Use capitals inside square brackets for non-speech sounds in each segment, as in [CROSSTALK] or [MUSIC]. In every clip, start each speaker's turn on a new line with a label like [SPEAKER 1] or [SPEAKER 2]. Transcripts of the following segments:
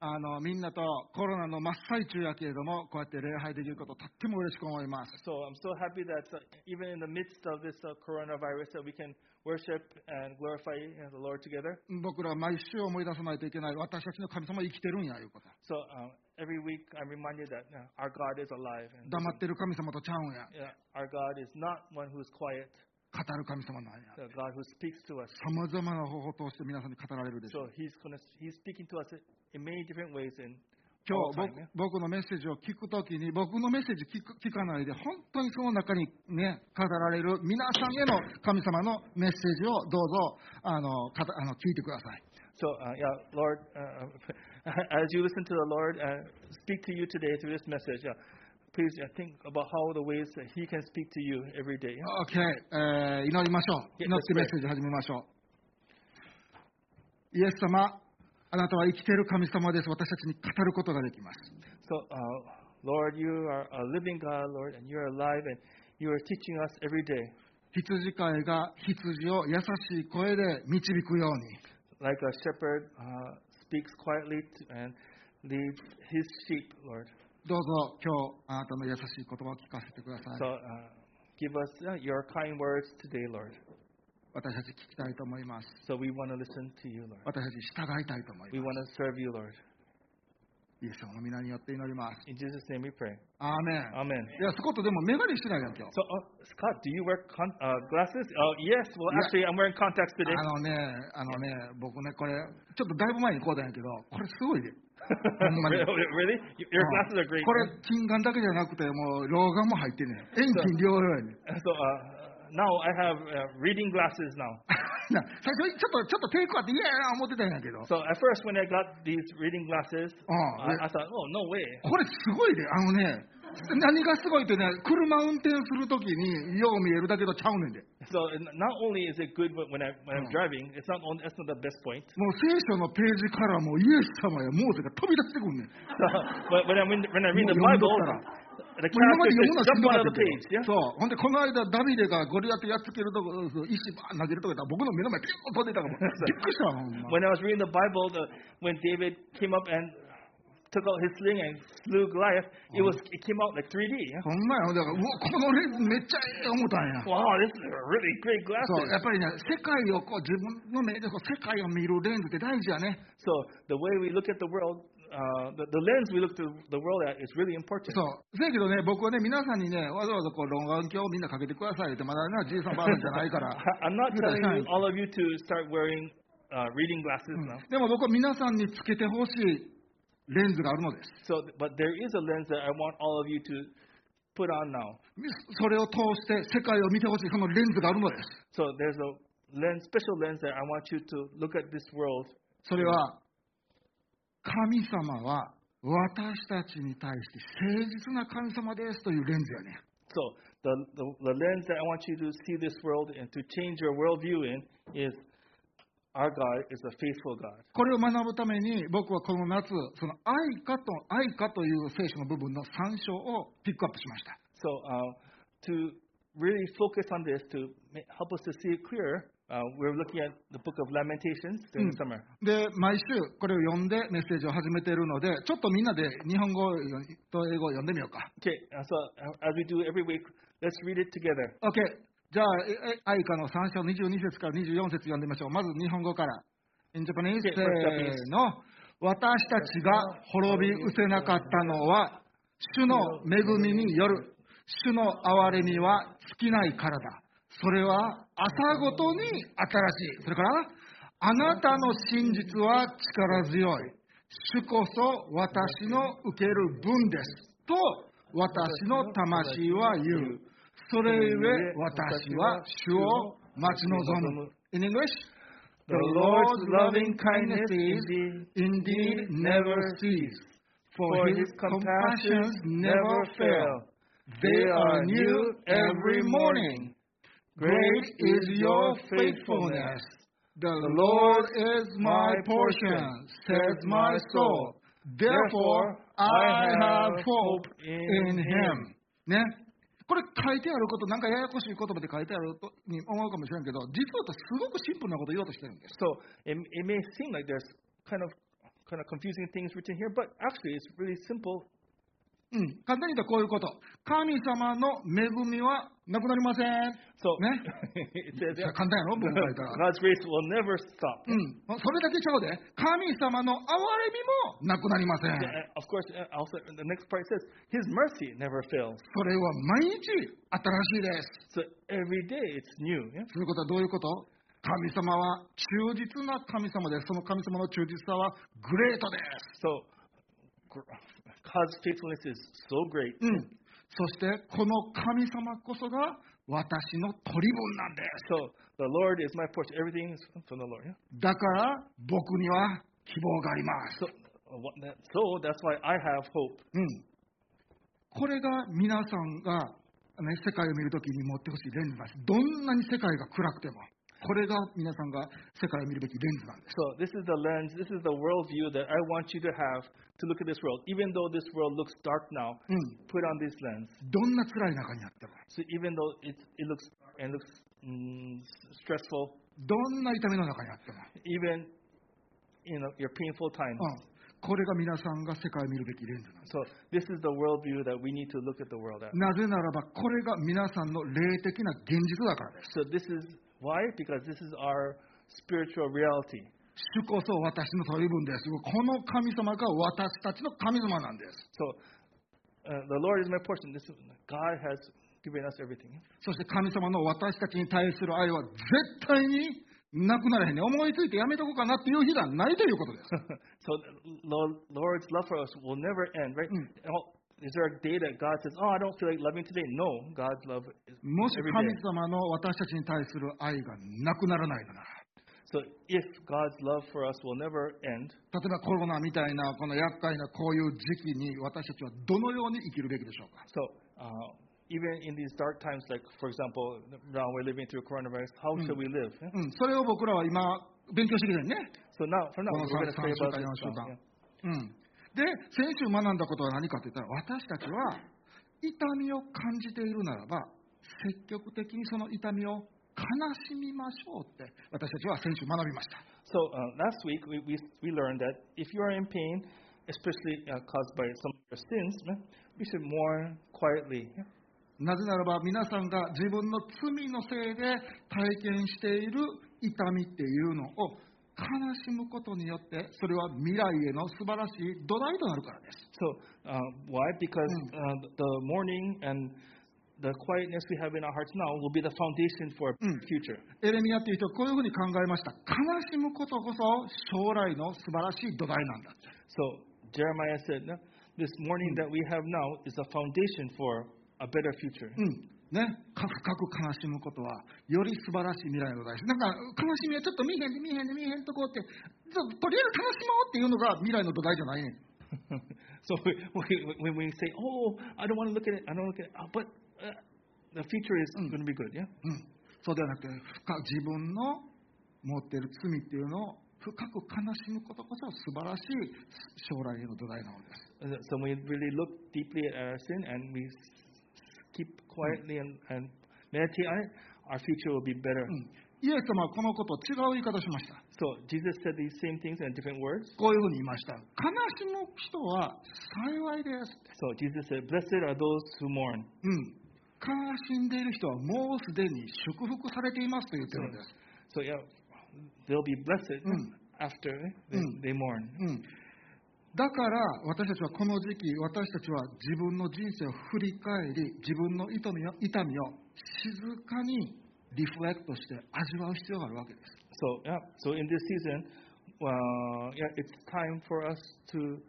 [SPEAKER 1] あの、みんなとコロナの真っ最中やけれども、こうやって礼拝できることとっても嬉しく思います。
[SPEAKER 2] So I'm so happy that uh, even in the midst of this uh, coronavirus, that we can worship and glorify you know, the Lord together.
[SPEAKER 1] 僕らは毎週思い出さないといけない、私たちの神様は生きてるんや、いうこと。
[SPEAKER 2] So um, every week, I'm reminded that uh, our God is alive, and
[SPEAKER 1] 黙ってる神様とちゃうんや。
[SPEAKER 2] yeah, our God is not one who is quiet,
[SPEAKER 1] 語る神様なんや。
[SPEAKER 2] the God who speaks to us.
[SPEAKER 1] 様々な方法を通して皆さんに語られるでしょう。
[SPEAKER 2] So He's gonna, He's speaking to us in many different ways. And
[SPEAKER 1] 今
[SPEAKER 2] all
[SPEAKER 1] 日
[SPEAKER 2] time, yeah.
[SPEAKER 1] 僕僕のメッセージを聞くときに、僕のメッセージ聞く聞かないで、本当にその中に、ね、語られる皆さんへの神様のメッセージをどうぞあのかたあの聞いてください。
[SPEAKER 2] So uh, yeah, Lord, uh, [LAUGHS] as you listen to the Lord uh, speak to you today through this message, yeah, please uh, think about how the ways that He can speak to you every day. yeah.
[SPEAKER 1] OK、えー祈りましょう。祈
[SPEAKER 2] Yes,
[SPEAKER 1] ってメッセージ始めましょう。イエス様、あなたは生きている神様です。私たちに語ることができます。
[SPEAKER 2] So, uh, Lord, you are a living God, Lord, and you're alive, and you are teaching us every day.
[SPEAKER 1] 羊飼いが羊を優しい声で導くように。
[SPEAKER 2] Like a shepherd uh, speaks quietly to, and leads his sheep, Lord.
[SPEAKER 1] どうぞ今日あなたの優しい言葉を聞かせてください
[SPEAKER 2] So,。uh, give us uh, your kind words today, Lord.
[SPEAKER 1] 私たち聞きたいと思います。
[SPEAKER 2] So, we want to listen to you, Lord.
[SPEAKER 1] 私たち従いたいと思い
[SPEAKER 2] We
[SPEAKER 1] ま
[SPEAKER 2] want to serve you, Lord.
[SPEAKER 1] す。イエス様の皆によって祈ります。
[SPEAKER 2] In Jesus' name we pray.
[SPEAKER 1] アーメン。
[SPEAKER 2] Amen.
[SPEAKER 1] いや、スコットでもメガネしてないやん、今日。
[SPEAKER 2] So, uh, Scott, do you wear con- uh, glasses? Uh, yes. Well,
[SPEAKER 1] Yeah.
[SPEAKER 2] actually, I'm wearing contacts today.
[SPEAKER 1] あのね、あのね、僕ね、これ、ちょっとだいぶ前にこうだんやけど、これすごいで。
[SPEAKER 2] [LAUGHS]
[SPEAKER 1] ほんまに。
[SPEAKER 2] really? Really? Your glasses are
[SPEAKER 1] うん
[SPEAKER 2] great.
[SPEAKER 1] これ、金眼だけじゃなくて、もう、老眼も入ってんねん。遠近両用やねん。 [LAUGHS]
[SPEAKER 2] So uh, now I have uh, reading glasses now.
[SPEAKER 1] な最初にちょっと、ちょっと抵抗あって、いやいや思ってたんやけど、
[SPEAKER 2] So at first when I got these reading glasses,
[SPEAKER 1] Oh,
[SPEAKER 2] I,
[SPEAKER 1] yeah.
[SPEAKER 2] I thought, oh no way.
[SPEAKER 1] これすごいで、あのね、何がすごいってね、車運転するときに、よう見えるだけどちゃうねんで。
[SPEAKER 2] So n- not only is it good when I
[SPEAKER 1] Mm.
[SPEAKER 2] when I'm driving, it's not only, that's not the best point. [LAUGHS]
[SPEAKER 1] もう聖書のページからもうイエス様やモーセが飛び出してくんねん。
[SPEAKER 2] but when I when, when I read
[SPEAKER 1] No, you don't look
[SPEAKER 2] the Bible, the
[SPEAKER 1] 今まで読むのは
[SPEAKER 2] characters just
[SPEAKER 1] しんどかった
[SPEAKER 2] jump out of the page.
[SPEAKER 1] け
[SPEAKER 2] Yeah.
[SPEAKER 1] ど、そう、ほんでこの間、ダビデがゴリアテやっつけるとこ、そう石バーン投げるとこやったら、僕の目の前、ピューン飛んで
[SPEAKER 2] [LAUGHS]
[SPEAKER 1] たから、びっくりしたわ、ほんま。
[SPEAKER 2] When I was reading the Bible, the, when David came up and took out his sling and slew Goliath, it was it came out like 3D. yeah.
[SPEAKER 1] ほんまや、だから、うわ、このレンズめっちゃええ思ったんや。
[SPEAKER 2] Wow, this is a really great
[SPEAKER 1] そう、
[SPEAKER 2] glasses.
[SPEAKER 1] やっぱりね、世界をこう、自分の目でこう世界を見るレンズって大事やね。
[SPEAKER 2] So the way we look at the world, uh, the, the lens we look through the world at is really important.
[SPEAKER 1] そう。せやけどね、僕はね、皆さんにね、わざわざこう、老眼鏡をみんなかけてくださいって、まだな、じいさんばあさんじゃないから。
[SPEAKER 2] [LAUGHS] I- I'm not
[SPEAKER 1] 言うたら
[SPEAKER 2] telling
[SPEAKER 1] し [LAUGHS] ゃあない
[SPEAKER 2] you, all of you to start wearing uh, reading glasses now.
[SPEAKER 1] でも僕は皆さんにつけてほしいレンズがあるのです。
[SPEAKER 2] So, but there is a lens that I want all of you to put on now.
[SPEAKER 1] それを通して世界を見てほしい、そのレンズがあるのです。
[SPEAKER 2] So there's a lens, special lens that I want you to look at this world.
[SPEAKER 1] それは、神様は私たちに対して誠実な神様ですというレンズやね。
[SPEAKER 2] So the, the, the lens that I want you to see this world and to change your worldview in is our God is a faithful God.
[SPEAKER 1] これを学ぶために僕はこの夏、その愛かと愛かという聖書の部分の参照をピックアップしました。
[SPEAKER 2] So uh, to really focus on this to ma- help us to see it clearer, uh, we're looking at the book of Lamentations during the
[SPEAKER 1] Mm.
[SPEAKER 2] summer.
[SPEAKER 1] で、毎週これを読んでメッセージを始めているので、ちょっとみんなで日本語と英語を読んでみようか。
[SPEAKER 2] Okay, uh, so uh, as we do every week, let's read it together.
[SPEAKER 1] OK。じゃあ、ええ愛花の3章22節から24節読んでみましょう。まず日本語から。In Japanese, せ
[SPEAKER 2] Okay, first
[SPEAKER 1] ーの。私たちが滅び失せなかったのは、主の恵みによる。主の憐れみは尽きないからだ。それは朝ごとに新しい。それから、あなたの真実は力強い。主こそ私の受ける分です。と、私の魂は言う。それゆえ私は主を待ち望む。In English,
[SPEAKER 2] The Lord's loving kindness is
[SPEAKER 1] indeed never cease, for his compassions never fail. They are new every morning. Great is your faithfulness. The Lord is my portion, says my soul. Therefore, I have hope in him. ね。これ書いてあること、なんかややこしい言葉で書いてあるとに思うかもしれんけど、実はすごくシンプルなことを言おうとしてるんです。
[SPEAKER 2] So it, it may seem like there's kind of kind of confusing things written here, but actually it's really simple.
[SPEAKER 1] うん、簡単に言うとこういうこと。神様の恵みはなくなりません。
[SPEAKER 2] So
[SPEAKER 1] ね。
[SPEAKER 2] [LAUGHS] it says
[SPEAKER 1] いや
[SPEAKER 2] [LAUGHS]
[SPEAKER 1] 簡単やろ文書いた [LAUGHS] ら。
[SPEAKER 2] God's grace will never stop.
[SPEAKER 1] うん、それだけちゃうで。神様の憐れみもなくなりません。
[SPEAKER 2] And of course, uh, also the next part says His mercy never fails.
[SPEAKER 1] それは毎日新しいです。
[SPEAKER 2] So every day it's new. Yeah?
[SPEAKER 1] ということはどういうこと神様は忠実な神様です。その神様の忠実さはグレートで
[SPEAKER 2] So gr- God's faithfulness is so great.
[SPEAKER 1] す。うん。そして、この神様こそが私の取り分なんで
[SPEAKER 2] So the Lord is my portion. Everything is from the Lord. Yeah?
[SPEAKER 1] す。だから、僕には希望があります。
[SPEAKER 2] So uh, what that, so that's why I have hope.
[SPEAKER 1] うん。これが皆さんが、ね、世界を見るときに持ってほしいレンズなんです。どんなに世界が暗くても。これが皆さんが世界を見るべきレンズなんです。
[SPEAKER 2] So this is the lens, this is the worldview that I want you to have to look at this world. Even though this world looks dark now,
[SPEAKER 1] うん。
[SPEAKER 2] put on this lens.
[SPEAKER 1] どんな辛い中にあっても。
[SPEAKER 2] So even though it it looks dark and looks mm, s- stressful,
[SPEAKER 1] どんな痛みの中にあっても。
[SPEAKER 2] even you know your painful times.
[SPEAKER 1] うん、これが皆さんが世界を見るべきレンズなんです。
[SPEAKER 2] So this is the worldview that we need to look at the world at.
[SPEAKER 1] なぜならば、これが皆さんの霊的な現実だからです。
[SPEAKER 2] So this is why because this is our spiritual reality.
[SPEAKER 1] 主こそ私の取り分です。この神様が私たちの神様なんです。
[SPEAKER 2] So uh, the Lord is my portion. This is, God has given us everything. [LAUGHS]
[SPEAKER 1] そして神様の私たちに対する愛は絶対になくならへんね。思いついてやめとこうかなっていう日がないということです。
[SPEAKER 2] so the Lo- Lord's love for us will never end, right?
[SPEAKER 1] Mm.
[SPEAKER 2] Oh, Is there a day that God says, "Oh, I don't feel like loving today"? No, God's love is
[SPEAKER 1] もし
[SPEAKER 2] every
[SPEAKER 1] 神
[SPEAKER 2] day.
[SPEAKER 1] 様の私たちに対する愛がなくならないなら、
[SPEAKER 2] So if God's love for us will never end,
[SPEAKER 1] 例えばコロナみたいなこの厄介なこういう時期に私たちはどのように生きるべきでしょうか。
[SPEAKER 2] so uh, even in these dark times, like for example, now we're living through coronavirus, how
[SPEAKER 1] Mm.
[SPEAKER 2] should we live? yeah?
[SPEAKER 1] うん、それを僕らは今、勉強してきてるね。
[SPEAKER 2] So now, for now,
[SPEAKER 1] Well,
[SPEAKER 2] we're going to
[SPEAKER 1] some-
[SPEAKER 2] pray
[SPEAKER 1] some
[SPEAKER 2] about this.
[SPEAKER 1] should down.
[SPEAKER 2] now, yeah.
[SPEAKER 1] うん、で、先週学んだことは何かといったら、私たちは痛みを感じているならば、積極的にその痛みを悲しみましょうって、私たちは先週学びました。
[SPEAKER 2] So uh, last week we, we, we learned that if you are in pain, especially uh, caused by some of your sins, yeah, we should mourn quietly. yeah.
[SPEAKER 1] なぜならば、皆さんが自分の罪のせいで体験している痛みっていうのを悲しむことによって、それは未来への素晴らしい土台となるからです。
[SPEAKER 2] So uh, why? Because uh, the mourning and the quietness we have in our hearts now will be the foundation for
[SPEAKER 1] Mm.
[SPEAKER 2] future.
[SPEAKER 1] エレミアという人はこういうふうに考えました。悲しむことこそ将来の素晴らしい土台なんだ。
[SPEAKER 2] So Jeremiah said, "No, this mourning that we have now is a foundation for a better future.
[SPEAKER 1] うん。ね。か深く悲しむことは、より素晴らしい未来の土台です。なんか、悲しみはちょっと見えへんで見えへんで見えへんとこうって、ちょっととりあえず悲しもうっていうのが未来の土台じゃないねん。
[SPEAKER 2] [LAUGHS] so we, we, when we say, oh, I don't want to look at it, I don't look at it, uh, but uh, the future is
[SPEAKER 1] Mm.
[SPEAKER 2] going to be good, yeah?
[SPEAKER 1] うん。そうではなくて、深自分の持っている罪っていうのを深く悲しむことこそ素晴らしい将来への土台なのです。
[SPEAKER 2] Uh, So we really look deeply at our sin and we s- keep quietly and, and meditate on it, our future will be better.
[SPEAKER 1] うん。イエス様はこのことを違う言い方しました。
[SPEAKER 2] So Jesus said these same things in different words.
[SPEAKER 1] こういうふうに言いました。悲しむ人は幸いですって。
[SPEAKER 2] So Jesus said, Blessed are those who mourn.
[SPEAKER 1] うん。悲しんでいる人はもうすでに祝福されていますと言ってるんです。
[SPEAKER 2] So yeah, they'll be blessed
[SPEAKER 1] Mm.
[SPEAKER 2] after they,
[SPEAKER 1] Mm.
[SPEAKER 2] they mourn.
[SPEAKER 1] うん。だから私たちはこの時期、私たちは自分の人生を振り返り、自分の痛みを痛みを静かにリフレクトして味わう必要があるわけです。
[SPEAKER 2] So yeah, so in this season, uh, yeah, it's time for us to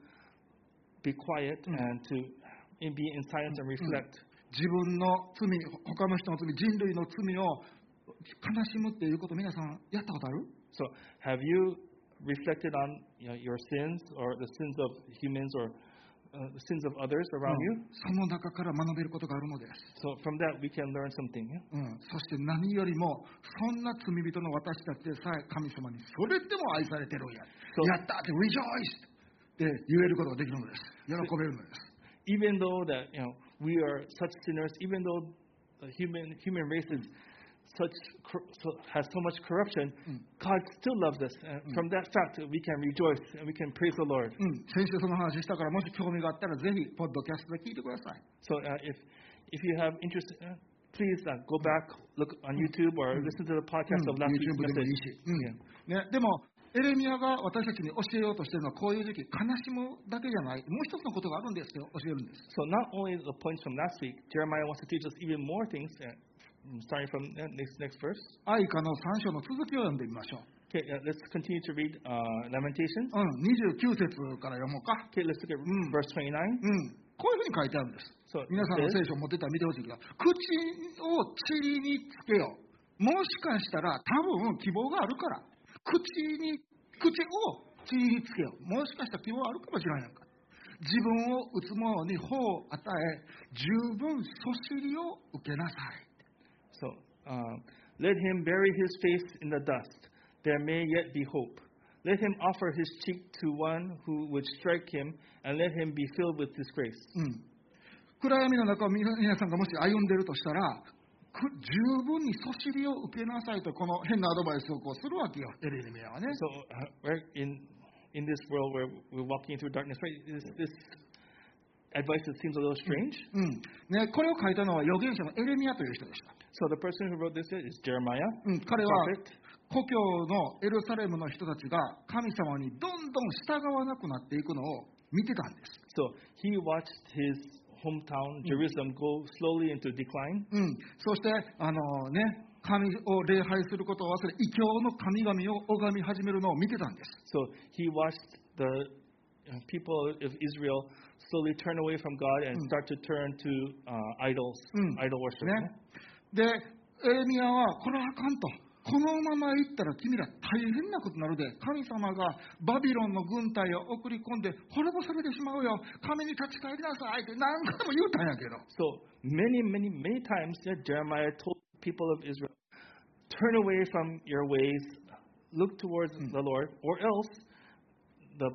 [SPEAKER 2] be quiet
[SPEAKER 1] Mm.
[SPEAKER 2] and to and be in silence and reflect.
[SPEAKER 1] 自分の罪、他の人の罪、人類の罪を悲しむっていうこと皆さんやったことある
[SPEAKER 2] So have you reflected on you know, your sins or the sins of humans or uh, the sins of others around
[SPEAKER 1] う
[SPEAKER 2] you?
[SPEAKER 1] んその中から学べることがあるのです。
[SPEAKER 2] So from that we can learn something. yeah?
[SPEAKER 1] うん、そして何よりも、そんな罪人の私たちでさえ神様にそれでも愛されてるんや。
[SPEAKER 2] そう
[SPEAKER 1] やったって、rejoice! って言えることができるのです。喜べるのです。
[SPEAKER 2] even though that you know we are such sinners, even though the human human race is such cor- so, has so much corruption, God still loves us. And From that fact, we can rejoice and we can praise the Lord.
[SPEAKER 1] うん、先週その話したから、もし興味があったら、ぜひ、ポッドキャストで聞いてください。
[SPEAKER 2] So uh, if if you have interest, uh, please uh, go back, look on YouTube or listen to the podcast of last week's
[SPEAKER 1] Hmm. YouTube でもいい
[SPEAKER 2] message.
[SPEAKER 1] し。うんね、でも、エレミアが私たちに教えようとしているのは、こういう時期、悲しむだけじゃない、もう一つのことがあるんですよ、教えるんです。
[SPEAKER 2] So not only the points from last week, Jeremiah wants to teach us even more things. Uh, mm, starting from uh, next next verse.
[SPEAKER 1] 愛歌の3章の続きを読んでみましょう。
[SPEAKER 2] Okay, uh, let's continue to read uh, Lamentations.
[SPEAKER 1] うん、29節から読もうか。
[SPEAKER 2] Okay, let's look at mm, verse 29.
[SPEAKER 1] うん、こういうふうに書いてあるんです。
[SPEAKER 2] そう
[SPEAKER 1] 皆さんの聖書を持ってたら見てほしいけど、口を塵につけよう。もしかしたら多分希望があるから。口に、口を塵につけよう。もしかしたら希望あるかもしれないやんか。自分を打つ者に法を与え、十分そしりを受けなさい。
[SPEAKER 2] So um, let him bury his face in the dust. There may yet be hope. Let him offer his cheek to one who would strike him, and let him be filled with disgrace.
[SPEAKER 1] うん、暗闇の中を皆皆さんがもし歩んでいるとしたら、く十分にそしりを受けなさいと、この変なアドバイスをこうするわけよ、エレミアはね。
[SPEAKER 2] So uh, we're in in this world where we're walking through darkness, right? This, this advice that seems a little strange.
[SPEAKER 1] うんね、これを書いたのは預言者のエレミアという人でした。
[SPEAKER 2] So the person who wrote this is Jeremiah.
[SPEAKER 1] うん、彼は
[SPEAKER 2] Prophet.
[SPEAKER 1] 故郷のエルサレムの人たちが神様にどんどん従わなくなっていくのを見てたんです。
[SPEAKER 2] So he watched his hometown, Jerusalem, go slowly into decline.
[SPEAKER 1] うん、そして、あのね、神を礼拝することを忘れ、異教の神々を拝み始めるのを見てたんです。
[SPEAKER 2] So he watched the uh, people of Israel slowly turn away from God and start to turn to uh, idols,
[SPEAKER 1] Mm.
[SPEAKER 2] idol worship.
[SPEAKER 1] ね。で、エレミアは、これはあかんと。このまま行ったら君ら大変なことになるで、神様がバビロンの軍隊を送り込んで滅ぼされてしまうよ、神に立ち返りなさいって何回も言うたんやけど、
[SPEAKER 2] So many, many, many times yeah, Jeremiah told the people of Israel, turn away from your ways, look towards the Lord, or else the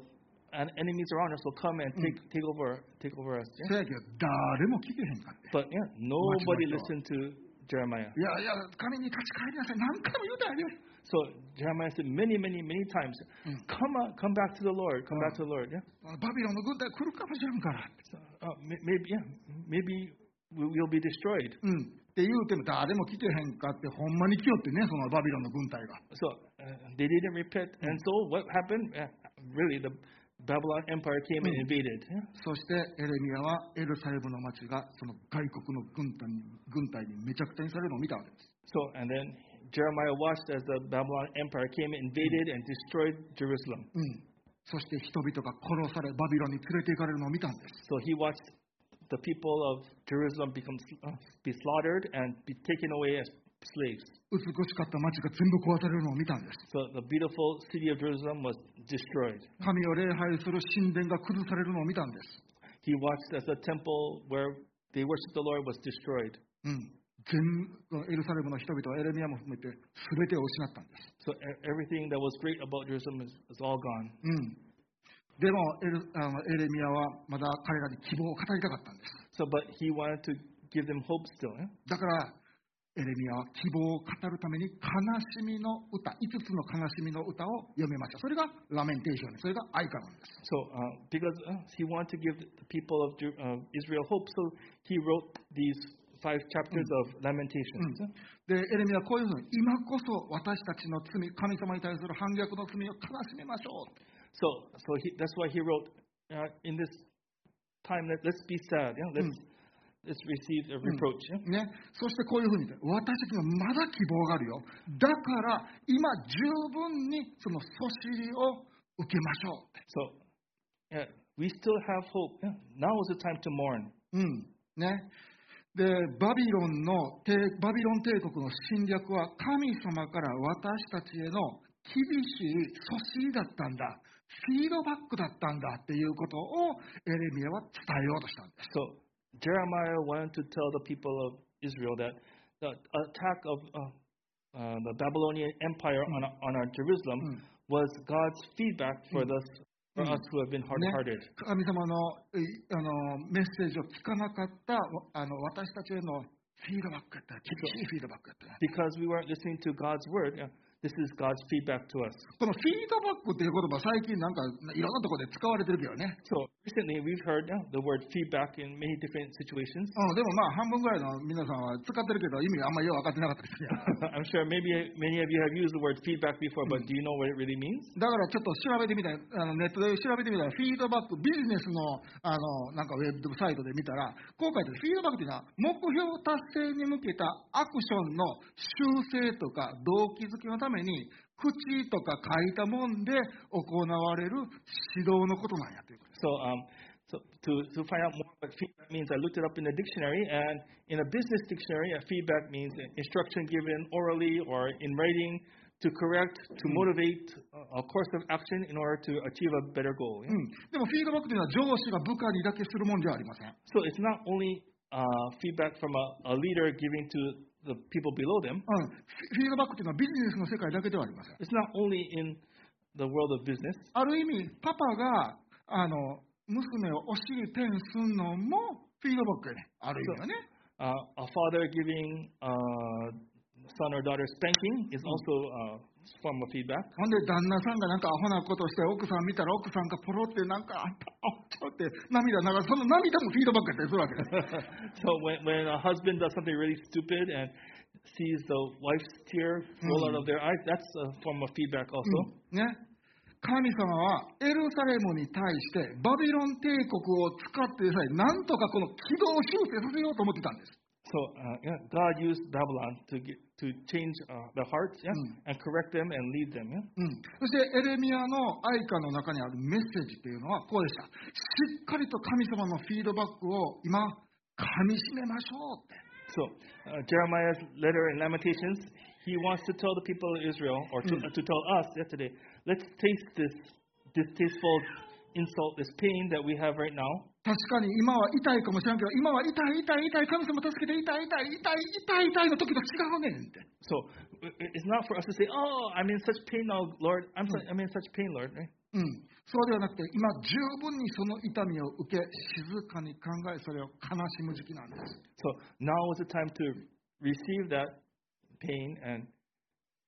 [SPEAKER 2] and enemies around us will come and take, take over take over us. yeah?
[SPEAKER 1] せやけど誰も聞けへんかって。
[SPEAKER 2] But yeah, nobody
[SPEAKER 1] much,
[SPEAKER 2] listened to Jeremiah.
[SPEAKER 1] いやいや、神に立ち返りなさい、何回も言うたんやけ
[SPEAKER 2] So Jeremiah said many, many, many times, come out, come back to the Lord, come back to the Lord. Yeah.
[SPEAKER 1] ど、バビロンの軍隊来るかもしれんからって。
[SPEAKER 2] So, uh, may- maybe, yeah, maybe we- we'll be destroyed.
[SPEAKER 1] うん。って言うても誰も聞けへんかって、ほんまに来よってね、そのバビロンの軍隊が。
[SPEAKER 2] So uh, they didn't repent, and so what happened? Uh, really, the Babylon Empire came and invaded. Yeah.
[SPEAKER 1] そしてエレミアはエルサレムの町がその外国の軍隊に軍隊にめちゃくちゃにされるのを見たわけです。
[SPEAKER 2] So and then Jeremiah watched as the Babylon Empire came and invaded and destroyed Jerusalem.
[SPEAKER 1] うん、そして人々が殺されバビロンに連れて行かれるのを見たんです。
[SPEAKER 2] So he watched the people of Jerusalem become sl- uh, be slaughtered and be taken away as slaves.
[SPEAKER 1] 美しかった町が全部壊されるのを見たんです。
[SPEAKER 2] So the beautiful city of Jerusalem was destroyed.
[SPEAKER 1] 神を礼拝する神殿が崩されるのを見たんです。
[SPEAKER 2] He watched as the temple where they worshiped the Lord was destroyed.
[SPEAKER 1] うん、全エルサレムの人々はエレミアも含めて全てを失ったんです。
[SPEAKER 2] So e- everything that was great about Jerusalem is, is all gone.
[SPEAKER 1] うん、でもエルあのエレミアはまだ彼らに希望を語りたかったんです。
[SPEAKER 2] So, but he wanted to give them hope still. eh?
[SPEAKER 1] だから、エレミアは希望を語るために悲しみの歌、5つの悲しみの歌を読みました。それがラメンテーションです。それが愛歌なんです。
[SPEAKER 2] So, uh, because uh, he wanted to give the people of Ju- uh, Israel hope, so he wrote these five chapters of Lamentations. eh?
[SPEAKER 1] で、エレミアはこういうふうに、今こそ私たちの罪、神様に対する反逆の罪を悲しみましょう。
[SPEAKER 2] So, so he, that's why he wrote uh, in this time let, let's be sad. Yeah? Let's let's receive a reproach. yeah?
[SPEAKER 1] ね、そしてこういうふうに言って私たちにはまだ希望があるよ。だから、今十分にそのそしりを受けましょ
[SPEAKER 2] So yeah, we still have hope. Yeah. Now is the time to mourn.
[SPEAKER 1] う。うん。ね。で、バビロンの帝、バビロン帝国の侵略は神様から私たちへの厳しい阻止だったんだ。フィードバックだったんだっていうことをエレミアは伝えようとしたんです。
[SPEAKER 2] So Jeremiah wanted to tell the people of Israel that the attack of uh, uh, the Babylonian Empire on, on our Jerusalem was God's feedback for us for us who have been hard-hearted.
[SPEAKER 1] ね、神様のいあのメッセージを聞かなかったわあの私たちへのフィードバックやったら、厳しいフィードバックやったら。
[SPEAKER 2] because we weren't listening to God's word. uh, This is God's feedback to us.
[SPEAKER 1] このフィードバックっていう言葉、最近なんかいろんなところで使われてるけどね。
[SPEAKER 2] So recently we've heard uh, the word feedback in many different situations. [LAUGHS]
[SPEAKER 1] うん、でもまあ、半分ぐらいの皆さんは使ってるけど、意味あんまりよう分かってなかったですよ。 [LAUGHS]
[SPEAKER 2] I'm sure maybe many of you have used the word feedback before, but do you know what it really means?
[SPEAKER 1] だからちょっと調べてみたい、あのネットで調べてみたら、フィードバック、ビジネスのあのなんかウェブサイトで見たら、今回ってフィードバックっていうのは、目標達成に向けたアクションの修正とか動機づけのために、口とか書いたもんで行われる指導のことなんやということ。
[SPEAKER 2] So, um, so to, to find out more what feedback means, I looked it up in the dictionary, and in a business dictionary, a feedback means an instruction given orally or in writing to correct, to motivate a a course of action in order to achieve a better goal. yeah?
[SPEAKER 1] うん、でもフィードバックというのは上司が部下にだけするもんじゃありません。
[SPEAKER 2] So it's not only uh, feedback from a, a leader giving to the people below them.
[SPEAKER 1] うん、フィードバックというのはビジネスの世界だけではありません。
[SPEAKER 2] It's not only in the world of business.
[SPEAKER 1] ある意味、パパがあの娘をお尻ペンすんのもフィードバックやね。ある意味はね。
[SPEAKER 2] Uh, a father giving uh, son or daughter spanking is also a form of feedback. [LAUGHS]
[SPEAKER 1] ほんで、旦那さんがなんかアホなことして、奥さん見たら奥さんがポロってなんか、あんた、あんたって涙流す。その涙もフィードバックやったりするわけです。
[SPEAKER 2] so when, when a husband does something really stupid and sees the wife's tear roll out of their eyes, that's a form of feedback also.
[SPEAKER 1] ね。神様はエルサレムに対してバビロン帝国を使ってさえ、なんとかこの軌道を修正させようと思ってたんです。
[SPEAKER 2] So uh, yeah, God used Babylon to get, to change uh, the hearts yeah, and correct them and lead them. Yeah?
[SPEAKER 1] うん、そしてエレミアの愛歌の中にあるメッセージというのはこうでした。しっかりと神様のフィードバックを今、噛み締めましょうって。
[SPEAKER 2] So uh, Jeremiah's letter in Lamentations, he wants to tell the people of Israel or to, to tell us yeah, today, let's taste this distasteful insult, this pain that we have right now.
[SPEAKER 1] 確かに今は痛いかもしれんけど、今は痛い痛い痛い、神様助けて痛い痛い痛い痛い痛いの時と違うねんって。
[SPEAKER 2] So i- i- it's not for us to say, "Oh, I'm in such pain now, Lord. I'm so, I'm in such pain, Lord." Right?
[SPEAKER 1] うん、そうではなくて、今十分にその痛みを受け、静かに考え、それを悲しむ時期なんです。
[SPEAKER 2] So now is the time to receive that pain and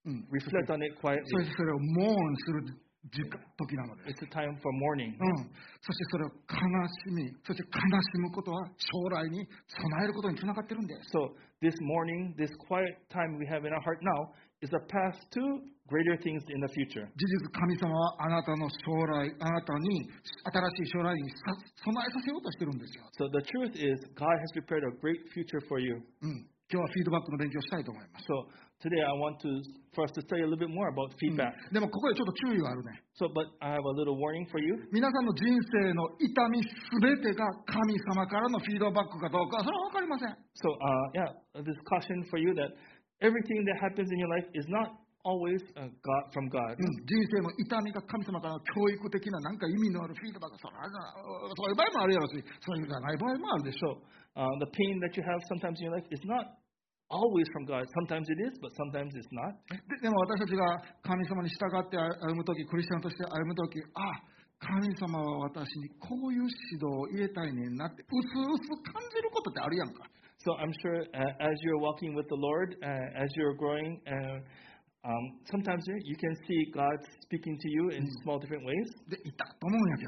[SPEAKER 1] うん、
[SPEAKER 2] reflect on it
[SPEAKER 1] そ
[SPEAKER 2] quietly.
[SPEAKER 1] してそれをモーンする時間時なのです。
[SPEAKER 2] It's a time for mourning.
[SPEAKER 1] うん、そしてそれを悲しみ、そして悲しむことは将来に備えることにつながってるんです。
[SPEAKER 2] So this mourning, this quiet time we have in our heart now, is a path to greater things in the future.
[SPEAKER 1] 事実、神様はあなたの将来、あなたに新しい将来にさ備えさせようとしてるんですよ、
[SPEAKER 2] So the truth is, God has prepared a great future for you.
[SPEAKER 1] うん。今日はフィードバックの勉強をしたいと思います。
[SPEAKER 2] So today, I want to for us to study a little bit more about feedback.
[SPEAKER 1] でもここでちょっと注意があるね。
[SPEAKER 2] So, but I have a little warning for you.
[SPEAKER 1] 皆さんの人生の痛み全てが神様からのフィードバックかどうか、それは分かりません。
[SPEAKER 2] So, uh, yeah, this caution for you that everything that happens in your life is not always uh, God from God.
[SPEAKER 1] うん、人生の痛みが神様からの教育的ななんか意味のあるフィードバック、それはそういう場合もあるやろし、そういうじゃない場合もあるでしょう
[SPEAKER 2] So, uh, the pain that you have sometimes in your life is not always from God. Sometimes it is, but sometimes it's not.
[SPEAKER 1] ででも私たちが神様に従って歩むとき、クリスチャンとして歩むとき、あ神様は私にこういう指導を入れたいねんなって、うすうす感じることってあるやんか。
[SPEAKER 2] So, I'm sure uh, as you're walking with the Lord, uh, as you're growing, uh, um, sometimes you- you can see God speaking to you in small different ways.
[SPEAKER 1] で、いたと思うんやけ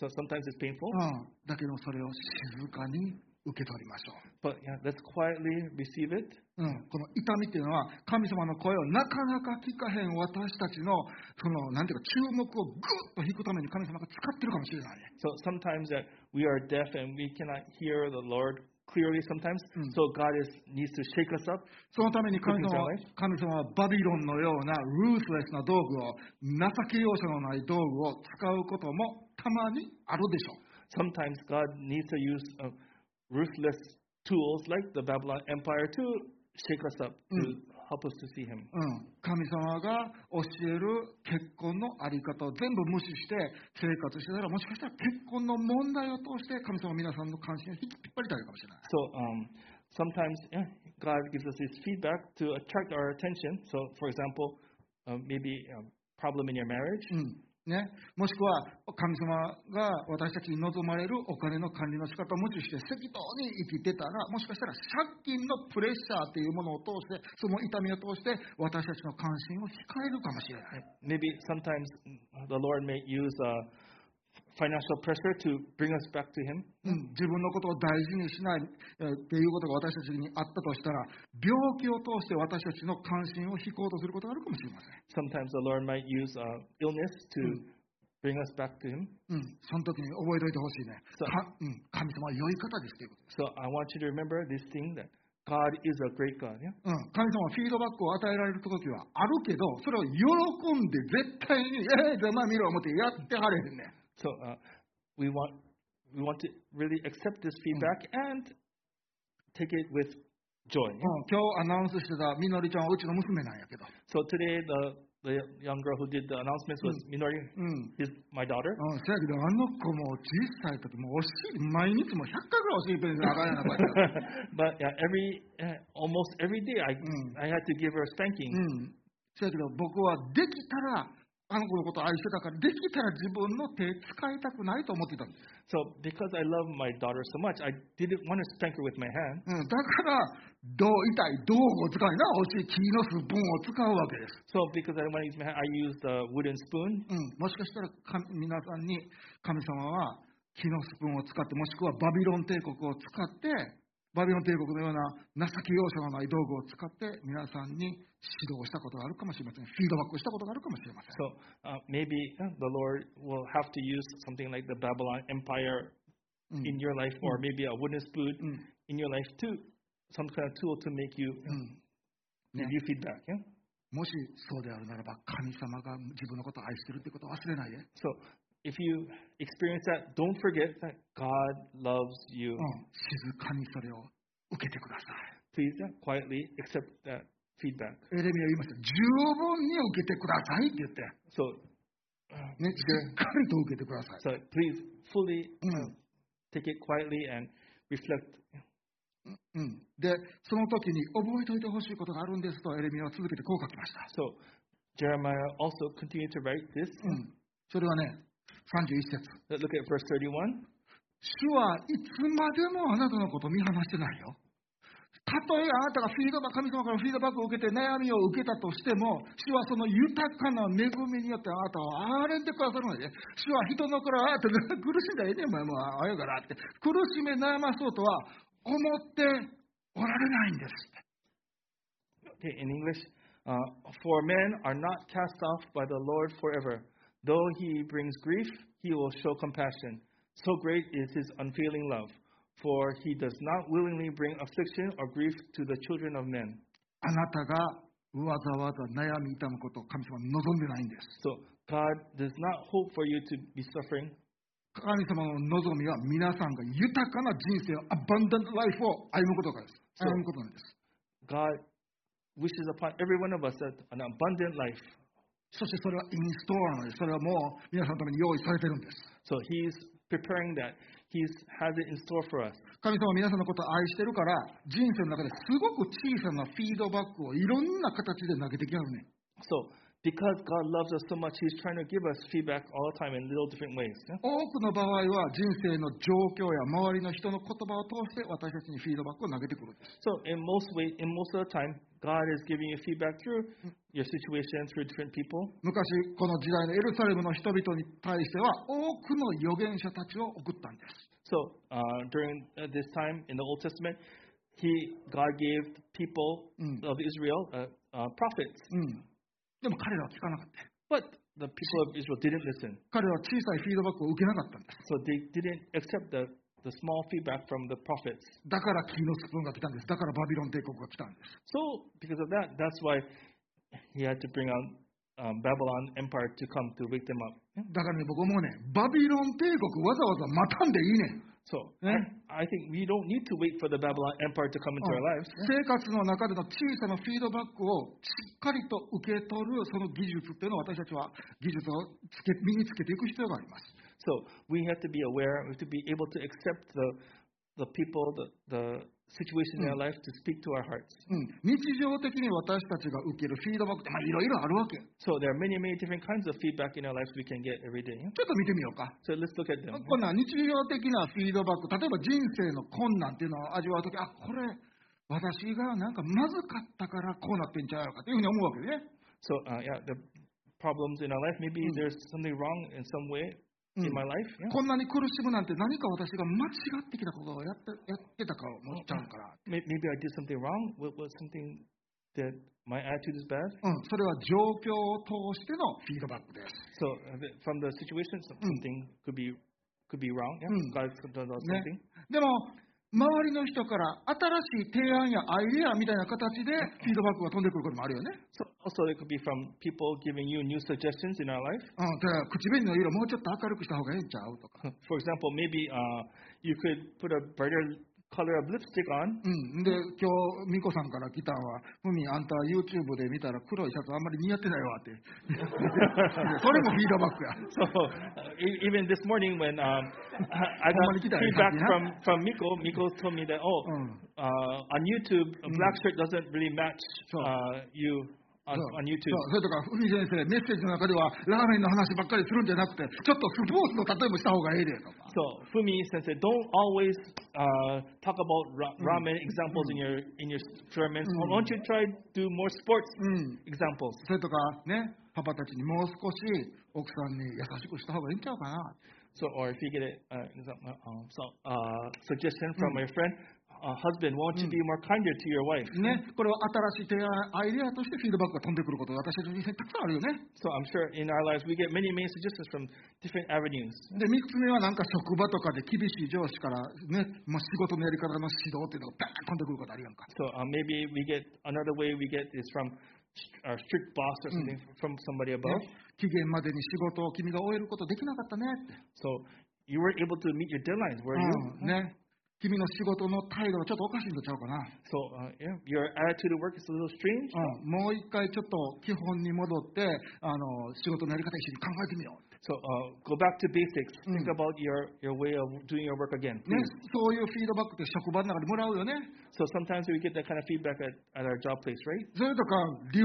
[SPEAKER 2] So, sometimes it's painful,
[SPEAKER 1] ど。うん。だけど、それを静かに受け取りましょ
[SPEAKER 2] but yeah, let's quietly receive it.
[SPEAKER 1] う。うん。この痛みっていうのは、神様の声をなかなか聞かへん私たちの、その、なんていうか、注目をぐっと引くために神様が使ってるかもしれないね。
[SPEAKER 2] So sometimes that we are deaf and we cannot hear the Lord clearly sometimes. So God is needs to shake us up.
[SPEAKER 1] そのために神様は
[SPEAKER 2] Looking for
[SPEAKER 1] 神様はバビロンのようなルースレスな道具を、情け容赦のない道具を使うこともたまにあるでしょ
[SPEAKER 2] Sometimes God needs to use uh, ruthless tools like the Babylon Empire to shake us up, to help us to see Him.
[SPEAKER 1] う。うん、神様が教える結婚のあり方を全部無視して生活してたら、もしかしたら結婚の問題を通して神様は皆さんの関心を引き引っ張りたいかもしれない。
[SPEAKER 2] So um, sometimes yeah, God gives us His feedback to attract our attention. So for example, uh, maybe a um, problem in your marriage.
[SPEAKER 1] うん、ね、もしくは神様が私たちに望まれるお金の管理の仕方を無視して適当に生きてたらもしかしたら借金のプレッシャーというものを通してその痛みを通して私たちの関心を控えるかもしれない
[SPEAKER 2] Maybe sometimes the Lord may use uh, financial pressure to bring us back to Him.
[SPEAKER 1] うん自分のことを大事にしないえーっていうことが私たちにあったとしたら病気を通して私たちの関心を引こうとすることがあるかもしれません
[SPEAKER 2] Sometimes the Lord might use uh, illness to bring us back to Him.
[SPEAKER 1] うん、その時に覚えておいてほしいね。
[SPEAKER 2] そう
[SPEAKER 1] かうん、神様は良い方ですというこ
[SPEAKER 2] So I want you to remember this thing that God is a great God. Yeah?
[SPEAKER 1] と。うん、神様はフィードバックを与えられる時はあるけど、それを喜んで絶対に、ええざまあ見ろ思ってやってはれへんねん。
[SPEAKER 2] So uh, we want we want to really accept this feedback and take it with
[SPEAKER 1] う
[SPEAKER 2] joy.
[SPEAKER 1] ん、今日アナウンスしてたみのりちゃんはうちの娘なんやけど、
[SPEAKER 2] So today the the young girl who did the announcements was Minori,
[SPEAKER 1] うん、うん、
[SPEAKER 2] his my daughter.
[SPEAKER 1] そやけどあの子も小さい時もお尻、毎日もう100回ぐらいお尻ペンであかんやな、こうやって
[SPEAKER 2] [LAUGHS] but yeah, every uh, almost every day I
[SPEAKER 1] Mm.
[SPEAKER 2] I had to give her a spanking.
[SPEAKER 1] [LAUGHS] うん。そやけど僕はできたら、あの子のことを愛してたから、できたら自分の手使いたくないと思ってたんです
[SPEAKER 2] So because I love my daughter so much, I didn't want to spank her with my hand.
[SPEAKER 1] うん、だから、どう痛い、道具を使いな、お尻、木のスプーンを使うわけです。
[SPEAKER 2] So because I didn't want to use my hand, I used a wooden spoon.
[SPEAKER 1] うん、もしかしたら神皆さんに神様は木のスプーンを使って、もしくはバビロン帝国を使って、バビロン帝国のような情け容赦のない道具を使って、皆さんに指導したことがあるかもしれません。フィードバックしたことがあるかもしれません。
[SPEAKER 2] So uh, maybe uh, the Lord will have to use something like the Babylon Empire
[SPEAKER 1] Mm.
[SPEAKER 2] in your life, or maybe a wooden spoon
[SPEAKER 1] Mm.
[SPEAKER 2] in your life too, some kind of tool to make you
[SPEAKER 1] うん、
[SPEAKER 2] give you feedback. Yeah?
[SPEAKER 1] もしそうであるならば、神様が自分のことを愛してるってことを忘れないで。
[SPEAKER 2] So if you experience that, don't forget that God loves you.
[SPEAKER 1] うん、静かにそれを受けてください。
[SPEAKER 2] Please uh, quietly accept that feedback.
[SPEAKER 1] エレミア言いました。十分に受けてくださいって言って、
[SPEAKER 2] So
[SPEAKER 1] ね、しっかりと受けてください。
[SPEAKER 2] so please fully
[SPEAKER 1] うん。
[SPEAKER 2] take it quietly and reflect.
[SPEAKER 1] うん、で、その時に覚えておいてほしいことがあるんですと、エレミアは続けてこう書きました。
[SPEAKER 2] So Jeremiah also continued to write this.
[SPEAKER 1] うん。それはね、31節
[SPEAKER 2] Let's look at verse 31.
[SPEAKER 1] 主はいつまでもあなたのことを見放してないよ。たとえあなたがフィードバック、神様からフィードバックを受けて悩みを受けたとしても、主はその豊かな恵みによってあなたを憐れんでくださるので、主は人の子らあって苦しんだらええねん、お前もうあやからって、苦しめ悩まそうとは思っておられないんです。
[SPEAKER 2] Okay, in English, uh, for men are not cast off by the Lord forever. Though he brings grief, he will show compassion. So great is his unfailing love. For he does not willingly bring affliction or grief to the children of men.
[SPEAKER 1] あなたがわざわざ悩み痛むことを神様は望んでないんです。
[SPEAKER 2] So God does not hope for you to be suffering.
[SPEAKER 1] 神様の望みは皆さんが豊かな人生、アバンダントライフを歩むことからです。
[SPEAKER 2] そう
[SPEAKER 1] 歩むことなんです。
[SPEAKER 2] God wishes upon every one of us that an abundant life.
[SPEAKER 1] そしてそれはインストールなので、それはもう皆さんのために用意されてるんです。
[SPEAKER 2] So he's preparing that. He's has it in store for us.
[SPEAKER 1] 神様は皆さんのことを愛してるから、人生の中ですごく小さなフィードバックをいろんな形で投げてきはるね。
[SPEAKER 2] So, because God loves us so much, He's trying to give us feedback all the time in little different ways. yeah?
[SPEAKER 1] 多くの場合は人生の状況や周りの人の言葉を通して私たちにフィードバックを投げてくるんです。
[SPEAKER 2] So, in most way, in most of the time, God is giving you feedback through your situation, through different people.
[SPEAKER 1] 昔、この時代のエルサレムの人々に対しては、多くの預言者たちを送ったんです。
[SPEAKER 2] So, uh, during uh, this time in the Old Testament, He God gave the people
[SPEAKER 1] Mm.
[SPEAKER 2] of Israel uh, uh, prophets,
[SPEAKER 1] うん。でも彼らは聞かなかった。
[SPEAKER 2] but the people of Israel didn't listen.
[SPEAKER 1] 彼らは小さいフィードバックを受けなかったんです。
[SPEAKER 2] So they didn't accept the the small feedback from the prophets.
[SPEAKER 1] だから木のスプーンが来たんです。だからバビロン帝国が来たんです。
[SPEAKER 2] So, because of that, that's why He had to bring on um, Babylon Empire to come to wake them up.
[SPEAKER 1] だからね、僕思うね、バビロン帝国わざわざ待たんでいいねん。
[SPEAKER 2] So
[SPEAKER 1] Yeah.
[SPEAKER 2] I, I think we don't need to wait for the Babylon Empire to come into our lives.
[SPEAKER 1] 生活の中での小さなフィードバックをしっかりと受け取るその技術っていうのを私たちは技術をつけ身につけていく必要があります。
[SPEAKER 2] So we have to be aware, we have to be able to accept the the people, the, the situation in our life to speak to our hearts.
[SPEAKER 1] うん、日常的に私たちが受けるフィードバックって、まあ、いろいろあるわけ。ちょ
[SPEAKER 2] So there are many, many different kinds of feedback in our lives we can get every day.
[SPEAKER 1] っと見てみようか。
[SPEAKER 2] So let's look at them.
[SPEAKER 1] こんな日常的なフィードバック、例えば人生の困難っていうのを味わうとき、あ、これ、私がなんかまずかったからこうなってんちゃうかっていうふうに思うわけね。
[SPEAKER 2] So uh, yeah, the problems in our life. Maybe there's something wrong in some way in
[SPEAKER 1] Mm.
[SPEAKER 2] my life. Yeah.
[SPEAKER 1] こんなに苦しむなんて何か私が間違ってきたことをやってやってたか思っちゃうから。
[SPEAKER 2] May- Maybe I did something wrong. What was something that my attitude is bad?
[SPEAKER 1] うん、それは状況を通してのフィードバックです。
[SPEAKER 2] So uh, the- from the situation, some-
[SPEAKER 1] Mm.
[SPEAKER 2] something could be could be wrong. Yeah,
[SPEAKER 1] Mm.
[SPEAKER 2] God sometimes does
[SPEAKER 1] Yeah.
[SPEAKER 2] something.
[SPEAKER 1] でも、周りの人から新しい提案やアイデアみたいな形でフィードバックが飛んでくることもあるよね。
[SPEAKER 2] So also it could be from people giving you new suggestions in our life.
[SPEAKER 1] うん、だから唇の色もうちょっと明るくした方がいいんちゃうとか。
[SPEAKER 2] For example, maybe uh, you could put a brighter color of lipstick
[SPEAKER 1] [LAUGHS]
[SPEAKER 2] on.
[SPEAKER 1] うん、で、今日、ミコさんから来たんは、ふみ、あんた YouTube で見たら黒いシャツあんまり似合ってないわって。それもフィードバックや。
[SPEAKER 2] [LAUGHS] So uh, e- even this morning when um, [LAUGHS] I got
[SPEAKER 1] Malikita,
[SPEAKER 2] feedback
[SPEAKER 1] yeah.
[SPEAKER 2] from, from Miko, Miko told me that, oh,
[SPEAKER 1] Mm.
[SPEAKER 2] uh, on YouTube, a black shirt doesn't really match
[SPEAKER 1] Sure.
[SPEAKER 2] uh, you on,
[SPEAKER 1] そう
[SPEAKER 2] on
[SPEAKER 1] そ
[SPEAKER 2] YouTube.
[SPEAKER 1] うそれとか、ふみ先生、メッセージの中では、ラーメンの話ばっかりするんじゃなくて、ちょっとスポーツの例えもした方がええでとか。
[SPEAKER 2] So Fumi sensei, don't always uh, talk about ra- ramen examples in your in your sermons.
[SPEAKER 1] Mm.
[SPEAKER 2] Why don't you try do more sports
[SPEAKER 1] うん。
[SPEAKER 2] examples?
[SPEAKER 1] それとか、ね、パパたちにもう少し奥さんに優しくした方がいいんちゃうかな。
[SPEAKER 2] So, or if you get a uh, example, um, so, uh, suggestion from a friend, uh, husband, won't you be more kinder to your wife?
[SPEAKER 1] ね、これは新しい提案、アイデアとしてフィードバックが飛んでくること、私たちの人生にたくさんあるよね。
[SPEAKER 2] So I'm sure in our lives we get many, many suggestions from different avenues.
[SPEAKER 1] で、3つ目はなんか職場とかで厳しい上司から、ね、もう仕事のやり方の指導っていうのがバーン飛んでくることあるやんか。
[SPEAKER 2] So uh, maybe we get another way we get is from st- our strict boss or something from somebody above.
[SPEAKER 1] ね期限までに仕事を君が終えることできなかったねって。
[SPEAKER 2] So you weren't able to meet your deadlines, were you?
[SPEAKER 1] うん、ね。君の仕事の態度がちょっとおかしいんとちゃうかな。
[SPEAKER 2] So uh, yeah, your attitude at work is a little strange.
[SPEAKER 1] うん、もう一回ちょっと基本に戻って、あの、仕事のやり方一緒に考えてみよう。
[SPEAKER 2] So uh, go back to basics. Think
[SPEAKER 1] Mm.
[SPEAKER 2] about your, your way of doing your work again.
[SPEAKER 1] ね
[SPEAKER 2] please.、
[SPEAKER 1] そういうフィードバックって職場の中でもらうよね。
[SPEAKER 2] So sometimes we get that kind of feedback at, at our job place, right?
[SPEAKER 1] それとか、理不尽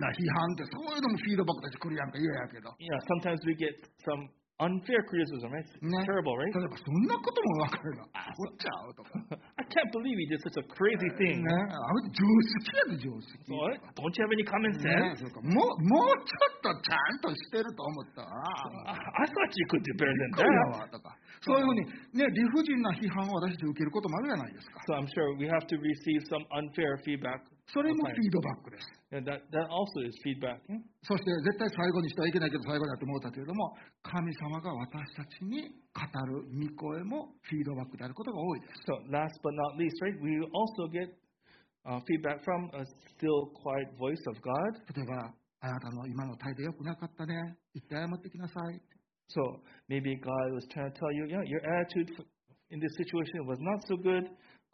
[SPEAKER 1] な批判って、そういうのもフィードバックとしてくるやんか、嫌やけど。
[SPEAKER 2] Yeah, sometimes we get some unfair criticism, right? It's
[SPEAKER 1] ね、
[SPEAKER 2] terrible, right?
[SPEAKER 1] 例えば、そんなことも分かるの。あ、そっちゃうとか。
[SPEAKER 2] [LAUGHS] I can't believe he did such a crazy
[SPEAKER 1] ね、
[SPEAKER 2] thing.
[SPEAKER 1] あの常識やで、常識。
[SPEAKER 2] So, uh, don't you have any common
[SPEAKER 1] ね、
[SPEAKER 2] sense?
[SPEAKER 1] そうかもうもうちょっとちゃんとしてると思ったわ。
[SPEAKER 2] I, I thought you could do
[SPEAKER 1] び
[SPEAKER 2] better
[SPEAKER 1] っ
[SPEAKER 2] than
[SPEAKER 1] くり
[SPEAKER 2] that.
[SPEAKER 1] やわとかそういうふうに、ね、理不尽な批判を私たち受けることもあるじゃないですか。
[SPEAKER 2] So I'm sure we have to receive some unfair feedback.
[SPEAKER 1] それもフ
[SPEAKER 2] sometimes.
[SPEAKER 1] ィードバックです。
[SPEAKER 2] And that, that also is feedback. yeah?
[SPEAKER 1] そして絶対最後にしてはいけないけど最後だと思ったけれども、神様が私たちに語る御声もフィードバックであることが多いです。
[SPEAKER 2] So last but not least, right, we also get uh, feedback from a still quiet voice of God.
[SPEAKER 1] 例えば、あなたの今の態度良くなかったね。言って謝ってきなさい。
[SPEAKER 2] So maybe God was trying to tell you, yeah, your attitude f- in this situation was not so good.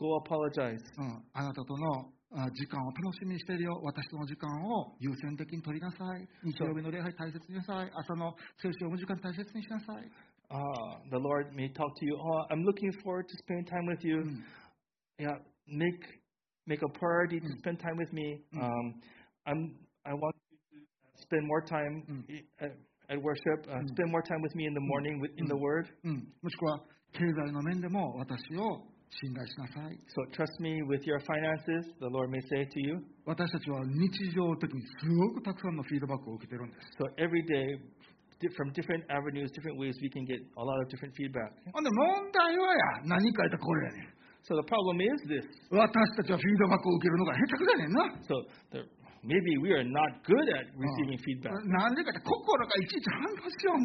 [SPEAKER 2] Go apologize.
[SPEAKER 1] うん、あなたとのあ時間を楽しみにしてるよ。私との時間を優先的に取りなさい。日曜日の礼拝大切にしなさい。朝の聖書を読む時間大切にしなさい。
[SPEAKER 2] Uh, the Lord may talk to you. Oh, I'm looking forward to spending time with you. Yeah, make make a priority to spend time with me. Um, I'm I want you to spend more time i- at, at worship. Uh, Spend more time with me in the morning with, in the Word.
[SPEAKER 1] うん、もしくは、経済の面でも私を信頼しなさい。
[SPEAKER 2] So trust me with your finances, the Lord may say to you.
[SPEAKER 1] 私たちは日常的にすごくたくさんのフィードバックを受けてるんです。
[SPEAKER 2] So every day, di- from different avenues, different ways, we can get a lot of different feedback.
[SPEAKER 1] ほんで問題はや、何書いたこれやねん。
[SPEAKER 2] So the problem is this.
[SPEAKER 1] 私たちはフィードバックを受けるのが下手くだねんな。
[SPEAKER 2] So the, maybe we are not good at receiving feedback.
[SPEAKER 1] なんでかって心がいちいち反応しよう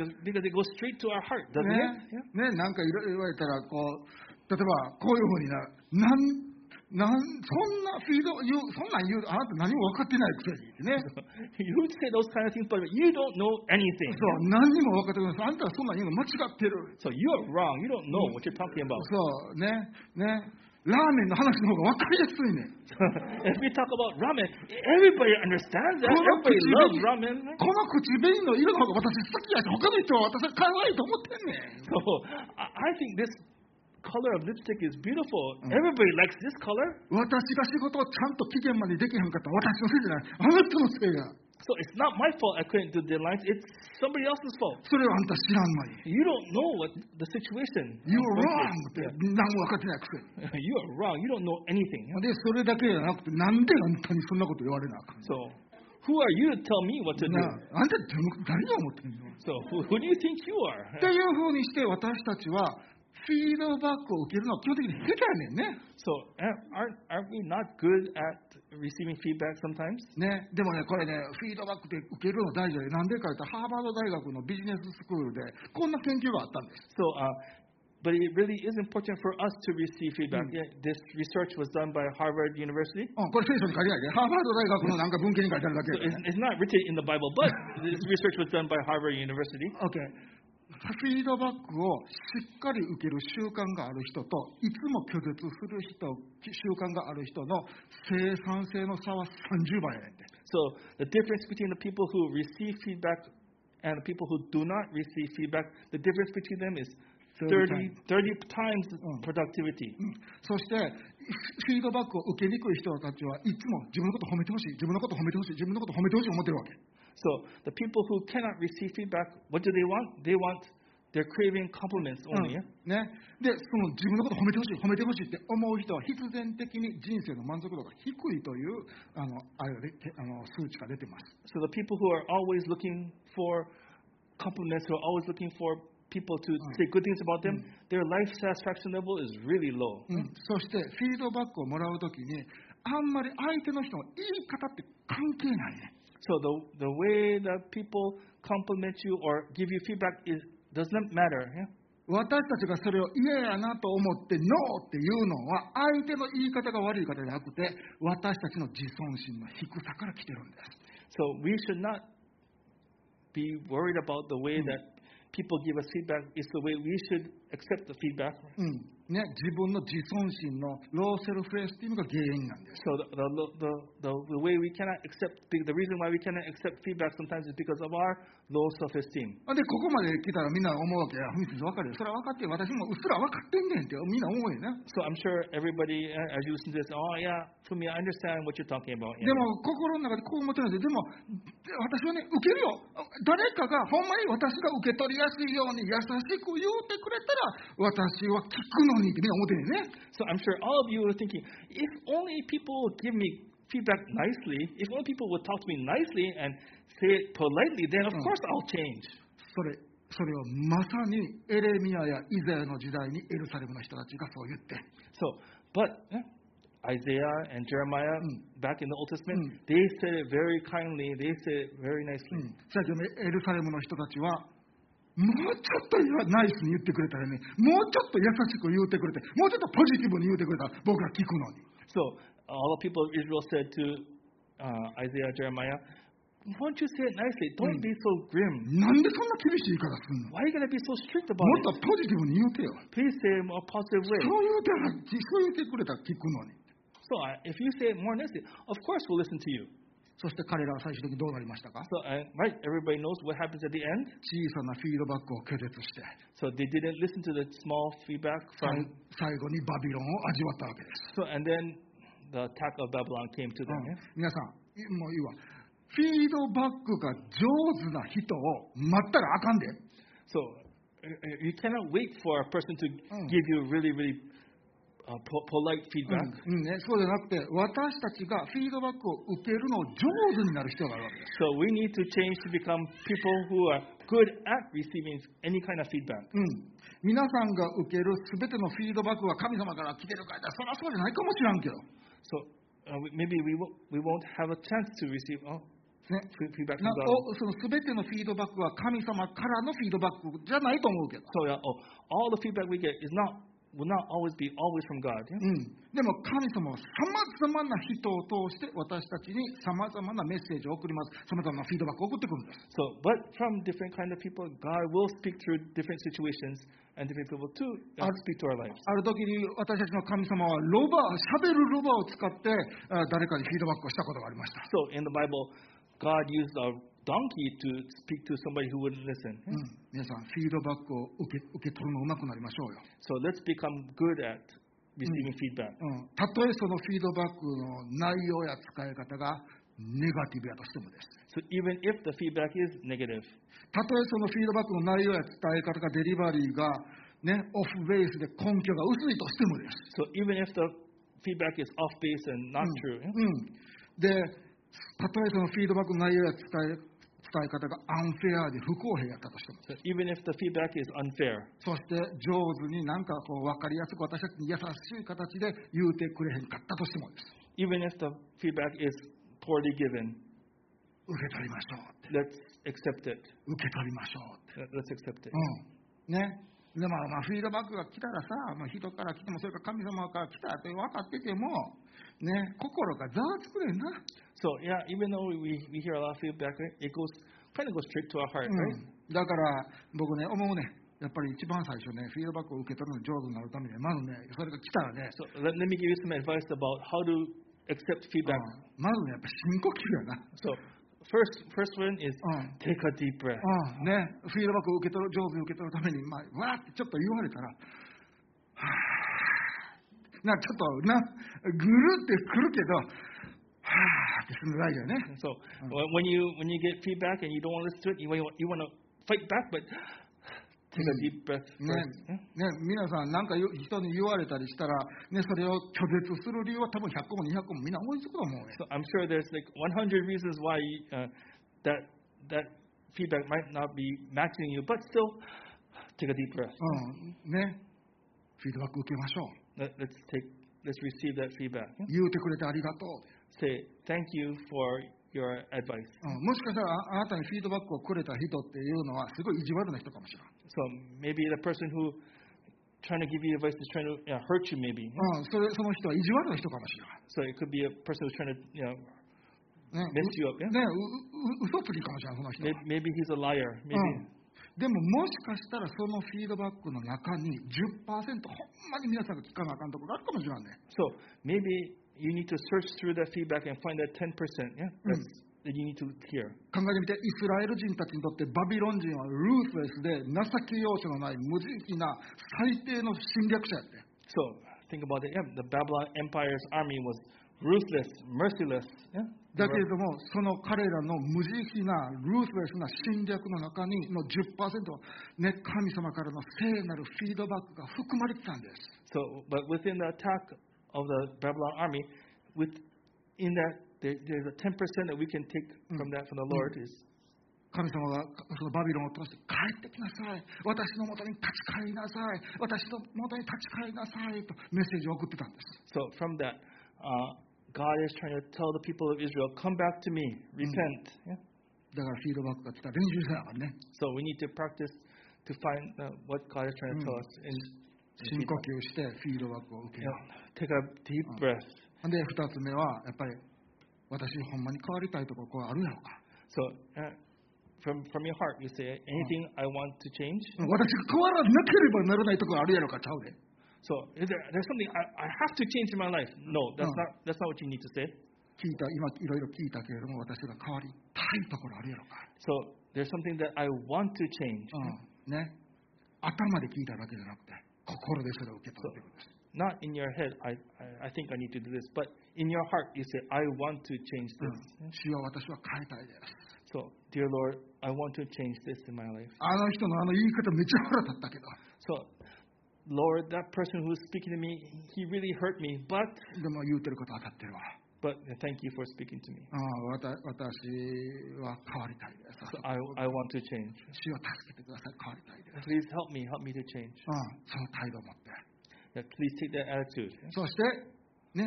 [SPEAKER 1] ねん。
[SPEAKER 2] So because because it goes straight to our heart, doesn't it?
[SPEAKER 1] ね
[SPEAKER 2] Yeah.、
[SPEAKER 1] ねなんかいろいろ言われたらこう、例えばこういうふうになる、なんなんそんなフィード言う、そんなん言う、あなた何も分かってないくせにってね、
[SPEAKER 2] [LAUGHS] You would say those kind of things, but you don't know anything.
[SPEAKER 1] そう何にも分かってない、あんたはそんなん言うの間違ってる、
[SPEAKER 2] So you are wrong. You don't know what you're talking about.
[SPEAKER 1] そうね、ね、ラーメンの話の方が分かりやすいねん
[SPEAKER 2] [LAUGHS] if we talk about ramen, everybody understands that.
[SPEAKER 1] この
[SPEAKER 2] Everybody
[SPEAKER 1] 口
[SPEAKER 2] loves
[SPEAKER 1] 紅
[SPEAKER 2] ramen.
[SPEAKER 1] この口紅の色の方が私好きやし、他の人は私は可愛いと思ってんねん。
[SPEAKER 2] So I I think this color of lipstick is beautiful. Everybody likes this color.
[SPEAKER 1] 私が仕事をちゃんと期限までできへんかったら私のせいじゃない。あなたのせいや。
[SPEAKER 2] So it's not my fault I couldn't do deadlines. It's somebody else's fault.
[SPEAKER 1] それをあんた知らんのに。
[SPEAKER 2] You don't know what the situation.
[SPEAKER 1] You're wrong! って何も分かってないくせに。
[SPEAKER 2] [LAUGHS] you are wrong. You don't know anything.
[SPEAKER 1] で、それだけじゃなくて、なんであんたにそんなこと言われなあかん
[SPEAKER 2] So who are you to tell me what to
[SPEAKER 1] な
[SPEAKER 2] do?
[SPEAKER 1] ああんたって誰が思ってんの
[SPEAKER 2] So who, who do you think you
[SPEAKER 1] っ
[SPEAKER 2] are?
[SPEAKER 1] ていうふうにして私たちはフィードバックを受けるのは基本的に下手やねんね。
[SPEAKER 2] So a- aren't aren't we not good at receiving feedback sometimes?
[SPEAKER 1] ね、でもね、これね、フィードバックで受けるの大事で、なんでか言ったら、ハーバード大学のビジネススクールで、こんな研究があったんです。
[SPEAKER 2] So, uh, but it really is important for us to receive feedback. Yeah, this research was done by Harvard University.
[SPEAKER 1] うん、これ聖書に書いてないで、ハーバード大学のなんか文献に書いてあるだ
[SPEAKER 2] So
[SPEAKER 1] けや
[SPEAKER 2] it's,
[SPEAKER 1] ね。
[SPEAKER 2] it's not written in the Bible, but this research was done by Harvard University.
[SPEAKER 1] OK。フィードバックをしっかり受ける習慣がある人と、いつも拒絶する人、習慣がある人の生産性の差は30倍やねんて。
[SPEAKER 2] So the difference between the people who receive feedback and the people who do not receive feedback, the difference between them is
[SPEAKER 1] 30
[SPEAKER 2] 30, 30 times
[SPEAKER 1] Mm.
[SPEAKER 2] productivity.
[SPEAKER 1] うんそして、フィードバックを受けにくい人たちはいつも自分のこと褒めてほしい、自分のこと褒めてほしい、自分のこと褒めてほしい思ってるわけ。
[SPEAKER 2] So the people who cannot receive feedback, what do they want? They want, they're craving compliments
[SPEAKER 1] うん
[SPEAKER 2] only.
[SPEAKER 1] ね
[SPEAKER 2] yeah?、
[SPEAKER 1] で、その自分のこと褒めてほしい、褒めてほしいって思う人は必然的に人生の満足度が低いというあのあれがであの数値が出てます。
[SPEAKER 2] So the people who are always looking for compliments, who are always looking for people to say good things about them, their life satisfaction level is really low.
[SPEAKER 1] うんそして、フィードバックをもらうときに、あんまり相手の人の言い方って関係ないね。
[SPEAKER 2] So the the way that people compliment you or give you feedback is does not matter. Yeah?
[SPEAKER 1] 私たちがそれを嫌やなと思って、ノーっていうのは、相手の言い方が悪い方じゃなくて、私たちの自尊心の低さから来てるんです。
[SPEAKER 2] So we should not be worried about the way that people give us feedback. It's the way we should accept the feedback.
[SPEAKER 1] うんね、自分の自尊心のローセルフエスティームが原因なんです。
[SPEAKER 2] So the the the, the, the way we cannot accept the, the reason why we cannot accept feedback sometimes is because of our low
[SPEAKER 1] で、
[SPEAKER 2] self-esteem.
[SPEAKER 1] ここまで来たらみんな思うわけや。ふみ先生、わかるよ。それは分かってる。私もうっすら分かってんねんって、みんな思うよね。
[SPEAKER 2] So I'm sure everybody, uh, as you listen to this, oh yeah, for me, I understand what you're talking about. yeah."
[SPEAKER 1] でも、心の中でこう思ってるんですよ。でも、で私はね、受けるよ。誰かが、ほんまに私が受け取りやすいように優しく言うてくれたら、私は聞くのにってみんな思ってるよね。
[SPEAKER 2] So I'm sure all of you are thinking, if only people would give me feedback nicely, if only people would talk to me nicely and say it politely, then of
[SPEAKER 1] Mm.
[SPEAKER 2] course I'll change.
[SPEAKER 1] それ、それをまさにエレミアやイザヤの時代にエルサレムの人たちがそう言って。
[SPEAKER 2] So, but eh, Isaiah and Jeremiah
[SPEAKER 1] Mm.
[SPEAKER 2] back in the Old Testament,
[SPEAKER 1] Mm.
[SPEAKER 2] they said it very kindly, they said it very
[SPEAKER 1] う
[SPEAKER 2] nicely.
[SPEAKER 1] ん。そやけどねエルサレムの人たちは、もうちょっとナイスに言ってくれたらね、もうちょっと優しく言うてくれて、もうちょっとポジティブに言うてくれたら僕が聞くのに。
[SPEAKER 2] So all the people of Israel said to uh, Isaiah, Jeremiah, why don't you say it nicely?
[SPEAKER 1] Mm.
[SPEAKER 2] Don't be so grim.
[SPEAKER 1] なんでそんな厳しい言い方すんの
[SPEAKER 2] Why are you going to be so strict about
[SPEAKER 1] もっと
[SPEAKER 2] it?
[SPEAKER 1] ポジティブに言うてよ。
[SPEAKER 2] Please say it in a positive
[SPEAKER 1] そう
[SPEAKER 2] way.
[SPEAKER 1] 言うてら、そう言うてくれたら聞くのに。
[SPEAKER 2] So I, if you say it more nicely, of course we'll listen to you.
[SPEAKER 1] そして彼らは最終的にどうなりましたか
[SPEAKER 2] So uh, right, everybody knows what happens at the end.
[SPEAKER 1] 小さなフィードバックを拒絶して、
[SPEAKER 2] So they didn't listen to the small feedback
[SPEAKER 1] 最
[SPEAKER 2] from.
[SPEAKER 1] 最後にバビロンを味わったわけです。
[SPEAKER 2] So and then the attack of Babylon came to
[SPEAKER 1] う
[SPEAKER 2] them.
[SPEAKER 1] ん
[SPEAKER 2] yeah?
[SPEAKER 1] 皆さん、いもういいわ。フィードバックが上手な人を待ったらあかんで。
[SPEAKER 2] So uh, uh, you cannot wait for a person to
[SPEAKER 1] Mm.
[SPEAKER 2] give you really, really uh, po- polite
[SPEAKER 1] うん
[SPEAKER 2] feedback.
[SPEAKER 1] うんね、そうじゃなくて、私たちがフィードバックを受けるのを上手になる必要があるわけです。
[SPEAKER 2] So we need to change to become people who are good at receiving any kind of feedback.
[SPEAKER 1] うん、皆さんが受けるすべてのフィードバックは神様から来てるからだ、そりゃそうじゃないかもしらんけど、
[SPEAKER 2] So uh, we, maybe we won't, we won't have a chance to receive oh,
[SPEAKER 1] ね
[SPEAKER 2] fe- feedback from
[SPEAKER 1] な
[SPEAKER 2] God.
[SPEAKER 1] おそのすべてのフィードバックは神様からのフィードバックじゃないと思うけど、
[SPEAKER 2] So yeah, oh, all the feedback we get is not will not always be always from God. yeah?
[SPEAKER 1] うん、でも神様はさまざまな人を通して私たちにさまざまなメッセージを送ります、さまざまなフィードバックを送ってくるんです。
[SPEAKER 2] So, but from different kind of people, God will speak through different situations and different people too. God
[SPEAKER 1] Are-
[SPEAKER 2] speak to our lives.
[SPEAKER 1] ある時に私たちの神様はロバ、しゃべるロバを使ってあ誰かにフィードバックをしたことがありました。
[SPEAKER 2] So in the Bible, God used a donkey to speak to somebody who wouldn't listen.
[SPEAKER 1] うん、皆さん、フィードバックを受け受け取るのうまくなりましょうよ。
[SPEAKER 2] So let's become good at receiving feedback.
[SPEAKER 1] うん、たとえそのフィードバックの内容や使い方がネガティブやとしてもです。
[SPEAKER 2] So even if the feedback is negative,
[SPEAKER 1] たとえそのフィードバックの内容や伝え方がデリバリーが、ね、オフベースで根拠が薄いとしてもです。
[SPEAKER 2] so even if the feedback is off base and
[SPEAKER 1] Hmm.
[SPEAKER 2] not true,
[SPEAKER 1] うん、で、たとえそのフィードバックの内容や伝え伝え方がアンフェアで不公平やったとしても、
[SPEAKER 2] so even if the feedback is unfair,
[SPEAKER 1] そして上手になんかこう分かりやすく私たちに優しい形で言うてくれへんかったとしてもです。
[SPEAKER 2] even if the feedback is poorly given,
[SPEAKER 1] 受け取りましょうって。
[SPEAKER 2] let's accept it.
[SPEAKER 1] 受け取りましょうって。
[SPEAKER 2] Let's accept it.
[SPEAKER 1] うん。ね。でまあまあ、フィードバックが来たらさ、まあ、人から来ても、それから神様から来たって分かってても、ね、心がざわつくねんな。
[SPEAKER 2] So yeah, even though we, we hear a lot of feedback, right, it goes kind of goes straight to our heart,
[SPEAKER 1] う
[SPEAKER 2] right?
[SPEAKER 1] ん、だから、僕ね、思うね、やっぱり一番最初ね、フィードバックを受け取るの上手になるためには、まずね、それが来たらね、
[SPEAKER 2] So let, let me give you some advice about how to accept feedback.
[SPEAKER 1] うんまずね、やっぱ深呼吸やな。
[SPEAKER 2] So first first one is
[SPEAKER 1] Mm.
[SPEAKER 2] take a deep breath.
[SPEAKER 1] うんね、フィードバックを受け取る上手に受け取るために、まあ、わーってちょっと言われたら、はーなちょっとな、ぐるってくるけど、はーってするの大事よね。
[SPEAKER 2] And so when- when you when you get feedback and you don't want to listen to it, you want you want to fight back, but take a deep breath
[SPEAKER 1] ね
[SPEAKER 2] first. Hmm? Yeah?
[SPEAKER 1] ね、皆さん、なんかよ人に言われたりしたら、ね、それを拒絶する理由は多分100個も200個もみんな思いつくと思うね。
[SPEAKER 2] So I'm sure there's like 100 reasons why uh, that that feedback might not be matching you, but still take a deep breath.
[SPEAKER 1] うん、ね。フィードバック受けましょう。
[SPEAKER 2] Let, let's take let's receive that feedback. Yeah?
[SPEAKER 1] 言うてくれてありがとう。
[SPEAKER 2] Say thank you for your advice.
[SPEAKER 1] うん、もしかしたらあ、あなたにフィードバックをくれた人っていうのは、すごい意地悪な人かもしれん。
[SPEAKER 2] So maybe the person who trying to give you advice is trying to you know, hurt you, maybe.
[SPEAKER 1] うん、それその人は意地悪な人かもし
[SPEAKER 2] So it could be a person who's trying to you know
[SPEAKER 1] れん。ね、
[SPEAKER 2] mess you up. Yeah?
[SPEAKER 1] ねううう嘘つきかもしれん、その人は
[SPEAKER 2] Maybe, maybe he's a liar.
[SPEAKER 1] う
[SPEAKER 2] Maybe.
[SPEAKER 1] ん、でももしかしたらそのフィードバックの中に10%ほんまに皆さんが聞かなあかんところがあるかもしれんね。
[SPEAKER 2] So maybe you need to search through that feedback and find that 10%. Yeah, that's that you need to hear.
[SPEAKER 1] 考えてみて、イスラエル人たちにとってバビロン人はルースレスで情け容赦のない無慈悲な最低の侵略者やって。
[SPEAKER 2] So think about it. Yeah, the Babylon Empire's army was ruthless, merciless. Yeah.
[SPEAKER 1] だけれども、その彼らの無慈悲な、ルースレスな侵略の中にの10%は、ね、神様からの聖なるフィードバックが含まれてたんです。
[SPEAKER 2] So, but within the attack of the Babylon army, with in that there, there's a 10% that we can take from that from the Lord is
[SPEAKER 1] 神様がそのバビロンを通して帰ってきなさい、私のもとに立ち返りなさい、私のもとに立ち返りなさいとメッセージを送ってたんです。
[SPEAKER 2] so from that uh, God is trying to tell the people of Israel, come back to me, repent. Yeah?
[SPEAKER 1] だからフィードバックが来たら練習せなあかんね。
[SPEAKER 2] So we need to practice to find uh, what God is trying to tell us. In,
[SPEAKER 1] 深呼吸してフィードバックを受けよ
[SPEAKER 2] you know, take a deep breath.
[SPEAKER 1] う。で、二つ目は、やっぱり、私ほんまに変わりたいとここはあるやろか。
[SPEAKER 2] So uh, from from your heart, you say anything I want to change.
[SPEAKER 1] 私が変わらなければならないところあるやろか、ちゃうで。
[SPEAKER 2] So is there, there's something I, I have to change in my life. No, that's
[SPEAKER 1] Mm.
[SPEAKER 2] not that's not what you need to say.
[SPEAKER 1] 聞いた、今いろいろ聞いたけれども、私が変わりたいところあるやろか。
[SPEAKER 2] So there's something that I want to change.
[SPEAKER 1] Hmm. うん。ね。頭で聞いただけじゃなくて、心でそれを受け取ってくるんです。
[SPEAKER 2] Not in your head, I, I, I think I need to do this, but in your heart, you say, I want to change
[SPEAKER 1] う
[SPEAKER 2] this.
[SPEAKER 1] ん主は私は変えたいです。
[SPEAKER 2] So, dear Lord, I want to change this in my life.
[SPEAKER 1] あの人のあの言い方めっちゃ腹立ったけど、
[SPEAKER 2] So, Lord, that person who's speaking to me, he really hurt me, but,
[SPEAKER 1] でも言うてること当たってるわ。
[SPEAKER 2] but thank you for speaking to me.
[SPEAKER 1] うん、わた私は変わりたいです。
[SPEAKER 2] So, I, I want to change.
[SPEAKER 1] 主を助けてください、変わりたいです。
[SPEAKER 2] Please help me, help me to change.
[SPEAKER 1] うん、その態度を持って。
[SPEAKER 2] Yeah, please take that attitude.
[SPEAKER 1] そして、ね、最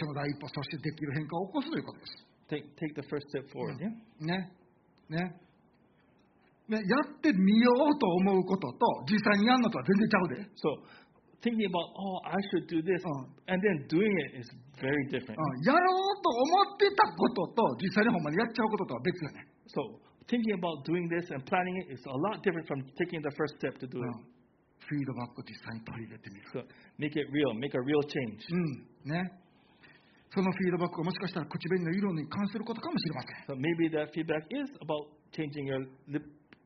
[SPEAKER 1] 初の第一歩、そしてできる変化を起こすということで
[SPEAKER 2] Take, take the first step forward. Yeah?
[SPEAKER 1] す。ね。ね。ね、やってみようと思うことと、実際にやるのとは全然ちゃうで。
[SPEAKER 2] So, thinking about, oh, I should do this,
[SPEAKER 1] Oh.
[SPEAKER 2] and then doing it is very different.
[SPEAKER 1] うん、やろうと思ってたことと、実際にほんまにやっちゃうこととは別やね。
[SPEAKER 2] So, thinking about doing this and planning it is a lot different from taking the first step to do
[SPEAKER 1] うん
[SPEAKER 2] it.
[SPEAKER 1] フィードバックを実際に取り入れてみる。
[SPEAKER 2] So, make it real, make a real change.
[SPEAKER 1] うん。ね。そのフィードバックがもしかしたら口紅の色に関することかもしれません。
[SPEAKER 2] So maybe that feedback is about changing your lip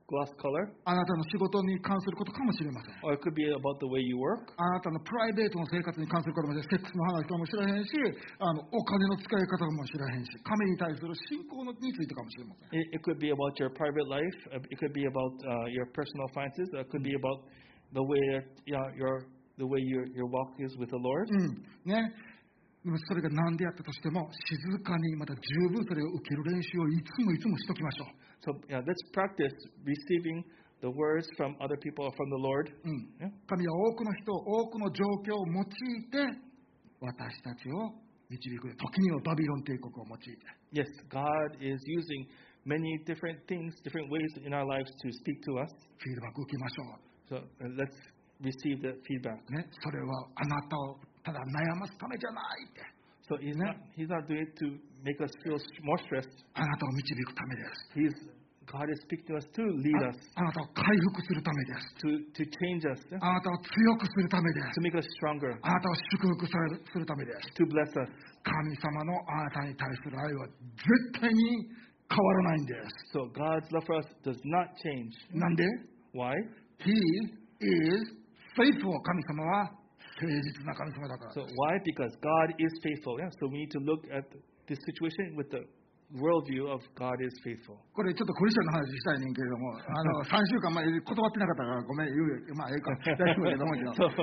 [SPEAKER 2] gloss color,
[SPEAKER 1] あなたの仕事に関することかもしれません。
[SPEAKER 2] or it could be about the way you work,
[SPEAKER 1] あなたのプライベートの生活に関することもしれないセックスの話かもしれへんし、あのお金の使い方かもしれへんし、神に対する信仰のについてかもしれません。
[SPEAKER 2] it, it could be about your private life, uh, it could be about uh, your personal finances, or it could be about the way yeah, your the way your your walk is with the Lord.
[SPEAKER 1] Mm. うん。ね。でもそれが何でやったとしても、静かにまた十分それを受ける練習をいつもいつもしときましょ
[SPEAKER 2] So yeah, let's practice receiving the words from other people or from the Lord.
[SPEAKER 1] う。うん。
[SPEAKER 2] Yeah.
[SPEAKER 1] 神は多くの人、多くの状況を用いて、私たちを導く。時にはバビロン帝国を用いて。
[SPEAKER 2] Yes, God is using many different things, different ways in our lives to speak to us.
[SPEAKER 1] フィードバック受けましょ
[SPEAKER 2] So uh, let's receive the feedback.
[SPEAKER 1] う。ね。それはあなたをただ悩ますためじゃないって。
[SPEAKER 2] So he's not he's not doing it to make us feel s- more stressed.
[SPEAKER 1] あなたを導くためです。
[SPEAKER 2] He's God is speaking to us to lead us,
[SPEAKER 1] あなたを回復するためです。
[SPEAKER 2] to to change us, yeah,
[SPEAKER 1] あなたを強くするためで
[SPEAKER 2] to
[SPEAKER 1] す。
[SPEAKER 2] make us stronger,
[SPEAKER 1] あなたを祝福されるするためです。
[SPEAKER 2] to bless us.
[SPEAKER 1] 神様のあなたに対する愛は絶対に変わらないんです。
[SPEAKER 2] So God's love for us does not change.
[SPEAKER 1] なんで
[SPEAKER 2] Why?
[SPEAKER 1] ?He is faithful. 神様は誠実な神様だから。
[SPEAKER 2] So why? Because God is faithful. Yeah. So we need to look at this situation with the worldview of God is faithful.
[SPEAKER 1] これちょっとクリスチャンの話したいねんけれども、あの、3週間前に断ってなかったからごめん、言うよまあ、 [LAUGHS] ええか、大丈夫だと思うけど、
[SPEAKER 2] そう
[SPEAKER 1] 3,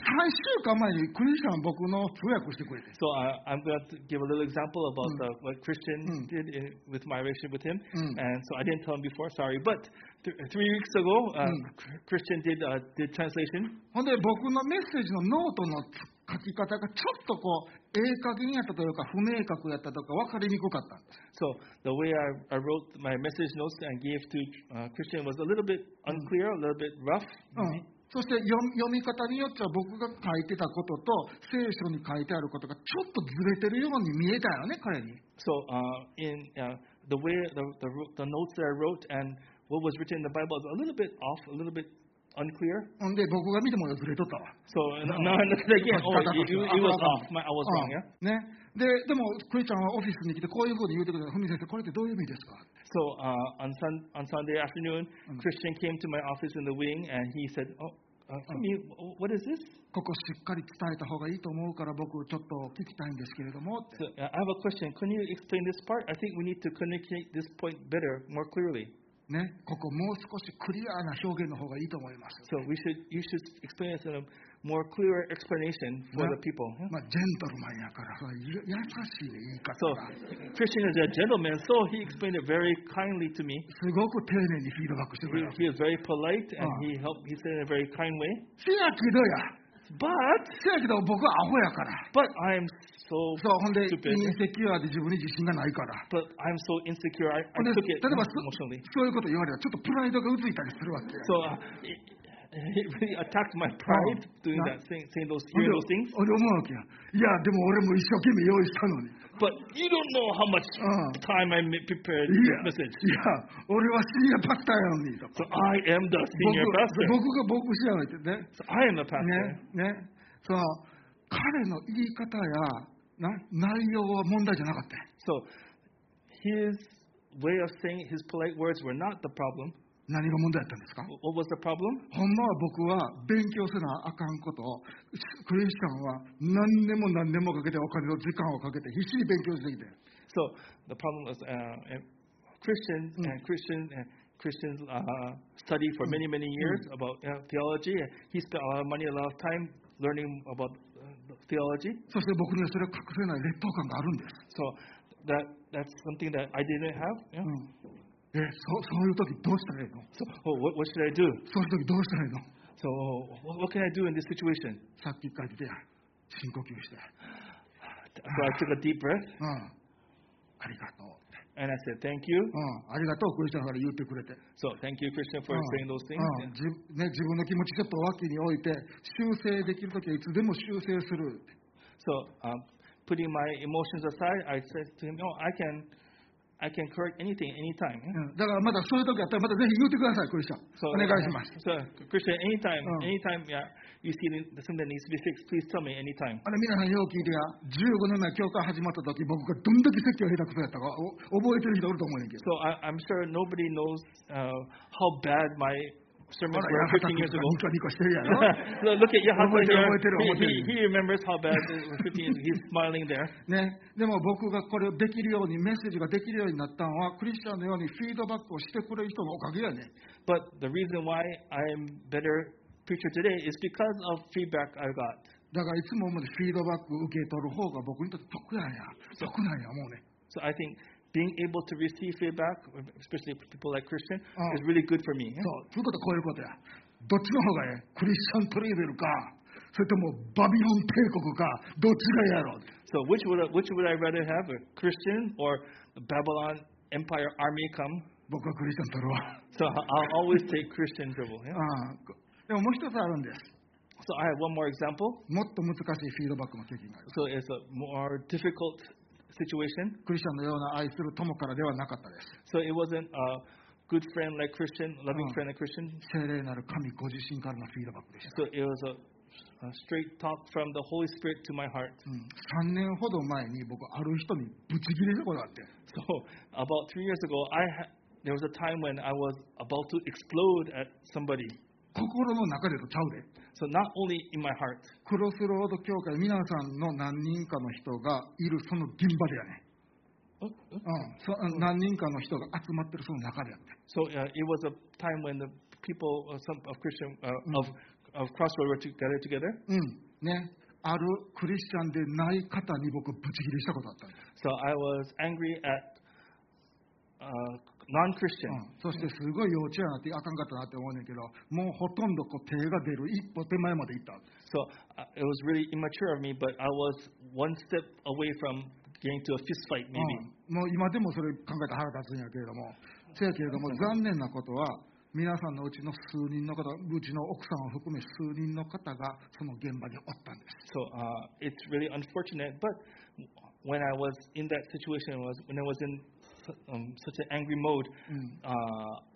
[SPEAKER 1] 週間前にクリスチャン僕の通訳してくれて、
[SPEAKER 2] So I, I'm going to give a little example about uh, what Christian did in, with my relationship with him.
[SPEAKER 1] Mm.
[SPEAKER 2] And so I didn't tell him before, sorry. But th- three weeks ago, uh, Chr- Christian did uh, did translation.
[SPEAKER 1] ほんで僕のメッセージのノートの書き方がちょっとこう、ええ加減やったというか、不明確やったというか、分かりにくかったんです。
[SPEAKER 2] So the way I, I wrote my message notes and gave to uh, Christian was a little bit unclear, a little bit rough.
[SPEAKER 1] うんそして読み読み方によっては僕が書いてたことと聖書に書いてあることがちょっとずれてるように見えたよね、彼に。
[SPEAKER 2] So uh, in uh, the way the, the ro- the notes that I wrote and what was written in the Bible is a little bit off, a little bit unclear.
[SPEAKER 1] ほんで僕が見てもずれとったわ。
[SPEAKER 2] So n- now I look at it again. Oh, it, it, it was off. My, I was wrong. Yeah.
[SPEAKER 1] うんね。で、でも、クリちゃんはオフィスに来て、こういうふうに言うてくれた。ふみ先生、これってどういう意味ですか
[SPEAKER 2] So uh, on sun, on Sunday afternoon, Christian came to my office in the wing and he said, "Oh, uh, Fumi, wh- what is this?"
[SPEAKER 1] ここしっかり伝えた方がいいと思うから、僕、ちょっと聞きたいんですけれども、って。
[SPEAKER 2] So uh, I have a question. Can you explain this part? I think we need to communicate this point better, more clearly.
[SPEAKER 1] ね、ここもう少しクリアな表現の方がいいと思います。
[SPEAKER 2] So we should you should explain this in a more clear explanation for
[SPEAKER 1] Yeah.
[SPEAKER 2] the people. yeah?
[SPEAKER 1] まあ、ジェントルマンやから、そういう優しい言い方
[SPEAKER 2] So
[SPEAKER 1] が、
[SPEAKER 2] Christian is a gentleman, so he explained it very kindly to me.
[SPEAKER 1] すごく丁寧にフィードバックしてく
[SPEAKER 2] He,
[SPEAKER 1] れる。
[SPEAKER 2] he is very polite and
[SPEAKER 1] Ah.
[SPEAKER 2] he helped. He said it in a very kind way.
[SPEAKER 1] せやけどや、
[SPEAKER 2] But
[SPEAKER 1] せやけど僕はアホやから。
[SPEAKER 2] but I am so
[SPEAKER 1] そう、ほんで、イン
[SPEAKER 2] stupid.
[SPEAKER 1] セキュアで自分に自信がないから。
[SPEAKER 2] But I'm so insecure. I,
[SPEAKER 1] ほん
[SPEAKER 2] I
[SPEAKER 1] で、
[SPEAKER 2] took
[SPEAKER 1] 例え
[SPEAKER 2] it
[SPEAKER 1] ばそ、
[SPEAKER 2] emotionally.
[SPEAKER 1] そういうこと言われたら、ちょっとプライドがうついたりするわけや。
[SPEAKER 2] So uh, it, it really attacked my pride doing
[SPEAKER 1] Yeah.
[SPEAKER 2] that, saying, saying those
[SPEAKER 1] ほんで
[SPEAKER 2] hearing those things.
[SPEAKER 1] 俺思うわけや。いや、でも俺も一生懸命用意したのに。
[SPEAKER 2] But you don't know how much
[SPEAKER 1] Ah.
[SPEAKER 2] time I ma- prepared
[SPEAKER 1] いや、
[SPEAKER 2] this message.
[SPEAKER 1] いや俺は深夜パスタやのにとか。
[SPEAKER 2] So I am the
[SPEAKER 1] 僕
[SPEAKER 2] senior pastor.
[SPEAKER 1] 僕が僕知らないってね。
[SPEAKER 2] So I am a pastor.
[SPEAKER 1] ね、ね、その彼の言い方やな内容は問題じゃなかったよ。
[SPEAKER 2] So his way of saying his polite words were not the problem.
[SPEAKER 1] 何が問題だったんですか
[SPEAKER 2] Wh- What was the problem?
[SPEAKER 1] ほんまは僕は勉強せなあかんことを、クリスチャンは何年も何年もかけてお金と時間をかけて必死に勉強してきて、
[SPEAKER 2] So the problem was uh, uh, Christians and Christians and Christians uh, study for many many years about uh, theology. He spent a lot of money, a lot of time learning about uh, the theology.
[SPEAKER 1] そして僕にはそれを隠せない劣等感があるんです。
[SPEAKER 2] So that that's something that I didn't have. yeah.
[SPEAKER 1] うん、えそそういう時どうしたらいいの
[SPEAKER 2] So oh, what what should I do?
[SPEAKER 1] そういう時どうしたらいいの
[SPEAKER 2] So oh, what, what can I do in this situation?
[SPEAKER 1] さっき書いてたやん深呼吸して、
[SPEAKER 2] So I took a deep breath
[SPEAKER 1] うん、ありがとう、う
[SPEAKER 2] and I said, "Thank you."
[SPEAKER 1] ん、ありがとうクリスチャンから言ってくれて。
[SPEAKER 2] So thank you, Christian, for
[SPEAKER 1] うん
[SPEAKER 2] saying those things.
[SPEAKER 1] うんじね、自分の気持ちちょっと脇に置いて、修正できるときはいつでも修正する。
[SPEAKER 2] So um, putting my emotions aside, I said to him, "No, I can, I can correct anything, anytime."
[SPEAKER 1] う
[SPEAKER 2] yeah."
[SPEAKER 1] んだからまだそういうときあったら、またぜひ言うてください、クリスチャン。
[SPEAKER 2] So uh,
[SPEAKER 1] お願いします。
[SPEAKER 2] So Christian, anytime,
[SPEAKER 1] Oh.
[SPEAKER 2] anytime, yeah. you see the- something that needs to be fixed, please tell me anytime.
[SPEAKER 1] あれ皆さんよう聞いてや15年前教会始まった時僕がどんだけ説教下手くそやったかお覚えてる人おると思うねんけど
[SPEAKER 2] So I, I'm sure nobody knows uh, how bad my
[SPEAKER 1] ま
[SPEAKER 2] sermons
[SPEAKER 1] だ
[SPEAKER 2] were 15 years
[SPEAKER 1] 君が [LAUGHS]
[SPEAKER 2] ago.
[SPEAKER 1] ニコニコしてるや
[SPEAKER 2] [LAUGHS] Look look at Yahweh
[SPEAKER 1] Omote-
[SPEAKER 2] here.
[SPEAKER 1] omote-
[SPEAKER 2] He-
[SPEAKER 1] omote.
[SPEAKER 2] He, he remembers how bad it was 15 years ago. He's smiling there.
[SPEAKER 1] ろ、ね、でも僕がこれをできるようにメッセージができるようになったのはクリスチャンのようにフィードバックをしてくれる人のおかげやね
[SPEAKER 2] But the reason why I am better preacher today is because of feedback I got.
[SPEAKER 1] だからいつも思うねフィードバック受け取る方が僕にとって得なんや得なんやもうね
[SPEAKER 2] So I think being able to receive feedback, especially from people like Christian,
[SPEAKER 1] Oh.
[SPEAKER 2] is really good for me.
[SPEAKER 1] そうそういうことこういうことやどっちの方がええクリスチャントレーベルかそれともバビロン帝国かどっちがええやろう
[SPEAKER 2] So which would I, which would I rather have, a Christian or a Babylon Empire army come?
[SPEAKER 1] 僕はクリスチャン取るわ
[SPEAKER 2] So I'll always
[SPEAKER 1] [LAUGHS]
[SPEAKER 2] take Christian dribble. yeah?
[SPEAKER 1] ああこでももう一つあるんです
[SPEAKER 2] So I have one more example.
[SPEAKER 1] もっと難しいフィードバックの経験がある
[SPEAKER 2] So it's a more difficult situation.
[SPEAKER 1] クリスチャンのような愛する友からではなかったです
[SPEAKER 2] So it wasn't a good friend like Christian, loving
[SPEAKER 1] Oh.
[SPEAKER 2] friend like Christian.
[SPEAKER 1] 聖霊なる神ご自身からのフィードバックでした、
[SPEAKER 2] So it was a, a straight talk from the Holy Spirit to my heart. [LAUGHS]
[SPEAKER 1] うん、3年ほど前に僕ある人にブチギレしたことがあって
[SPEAKER 2] So about three years ago, I ha- there was a time when I was about to explode at somebody.
[SPEAKER 1] 心の中でとちゃうで
[SPEAKER 2] So not only in my heart.
[SPEAKER 1] クロスロード教会皆さんの何人かの人がいるその現場でやね
[SPEAKER 2] Oh, oh.
[SPEAKER 1] うん、そあの何人かの人が集まってるその中でやって
[SPEAKER 2] So uh, it was a time when the people of some of Christian uh, of of Crossroad were together together.
[SPEAKER 1] うんねあるクリスチャンでない方に僕ブチギレしたことあったんです、
[SPEAKER 2] So I was angry at uh, non-Christian.
[SPEAKER 1] うん、そしてすごい幼稚やなってあかんかったなって思うねんけどもうほとんどこう手が出る一歩手前まで行ったわけ
[SPEAKER 2] So uh, it was really immature of me, but I was one step away from getting to a fist fight, maybe.
[SPEAKER 1] うん、もう今でもそれ考えたら腹立つんやけれどもせやけれども残念なことは皆さんのうちの数人の方うちの奥さんを含め数人の方がその現場におったんです
[SPEAKER 2] So uh, it's really unfortunate. But when I was in that situation, was when I was in su- um, such an angry mode, uh,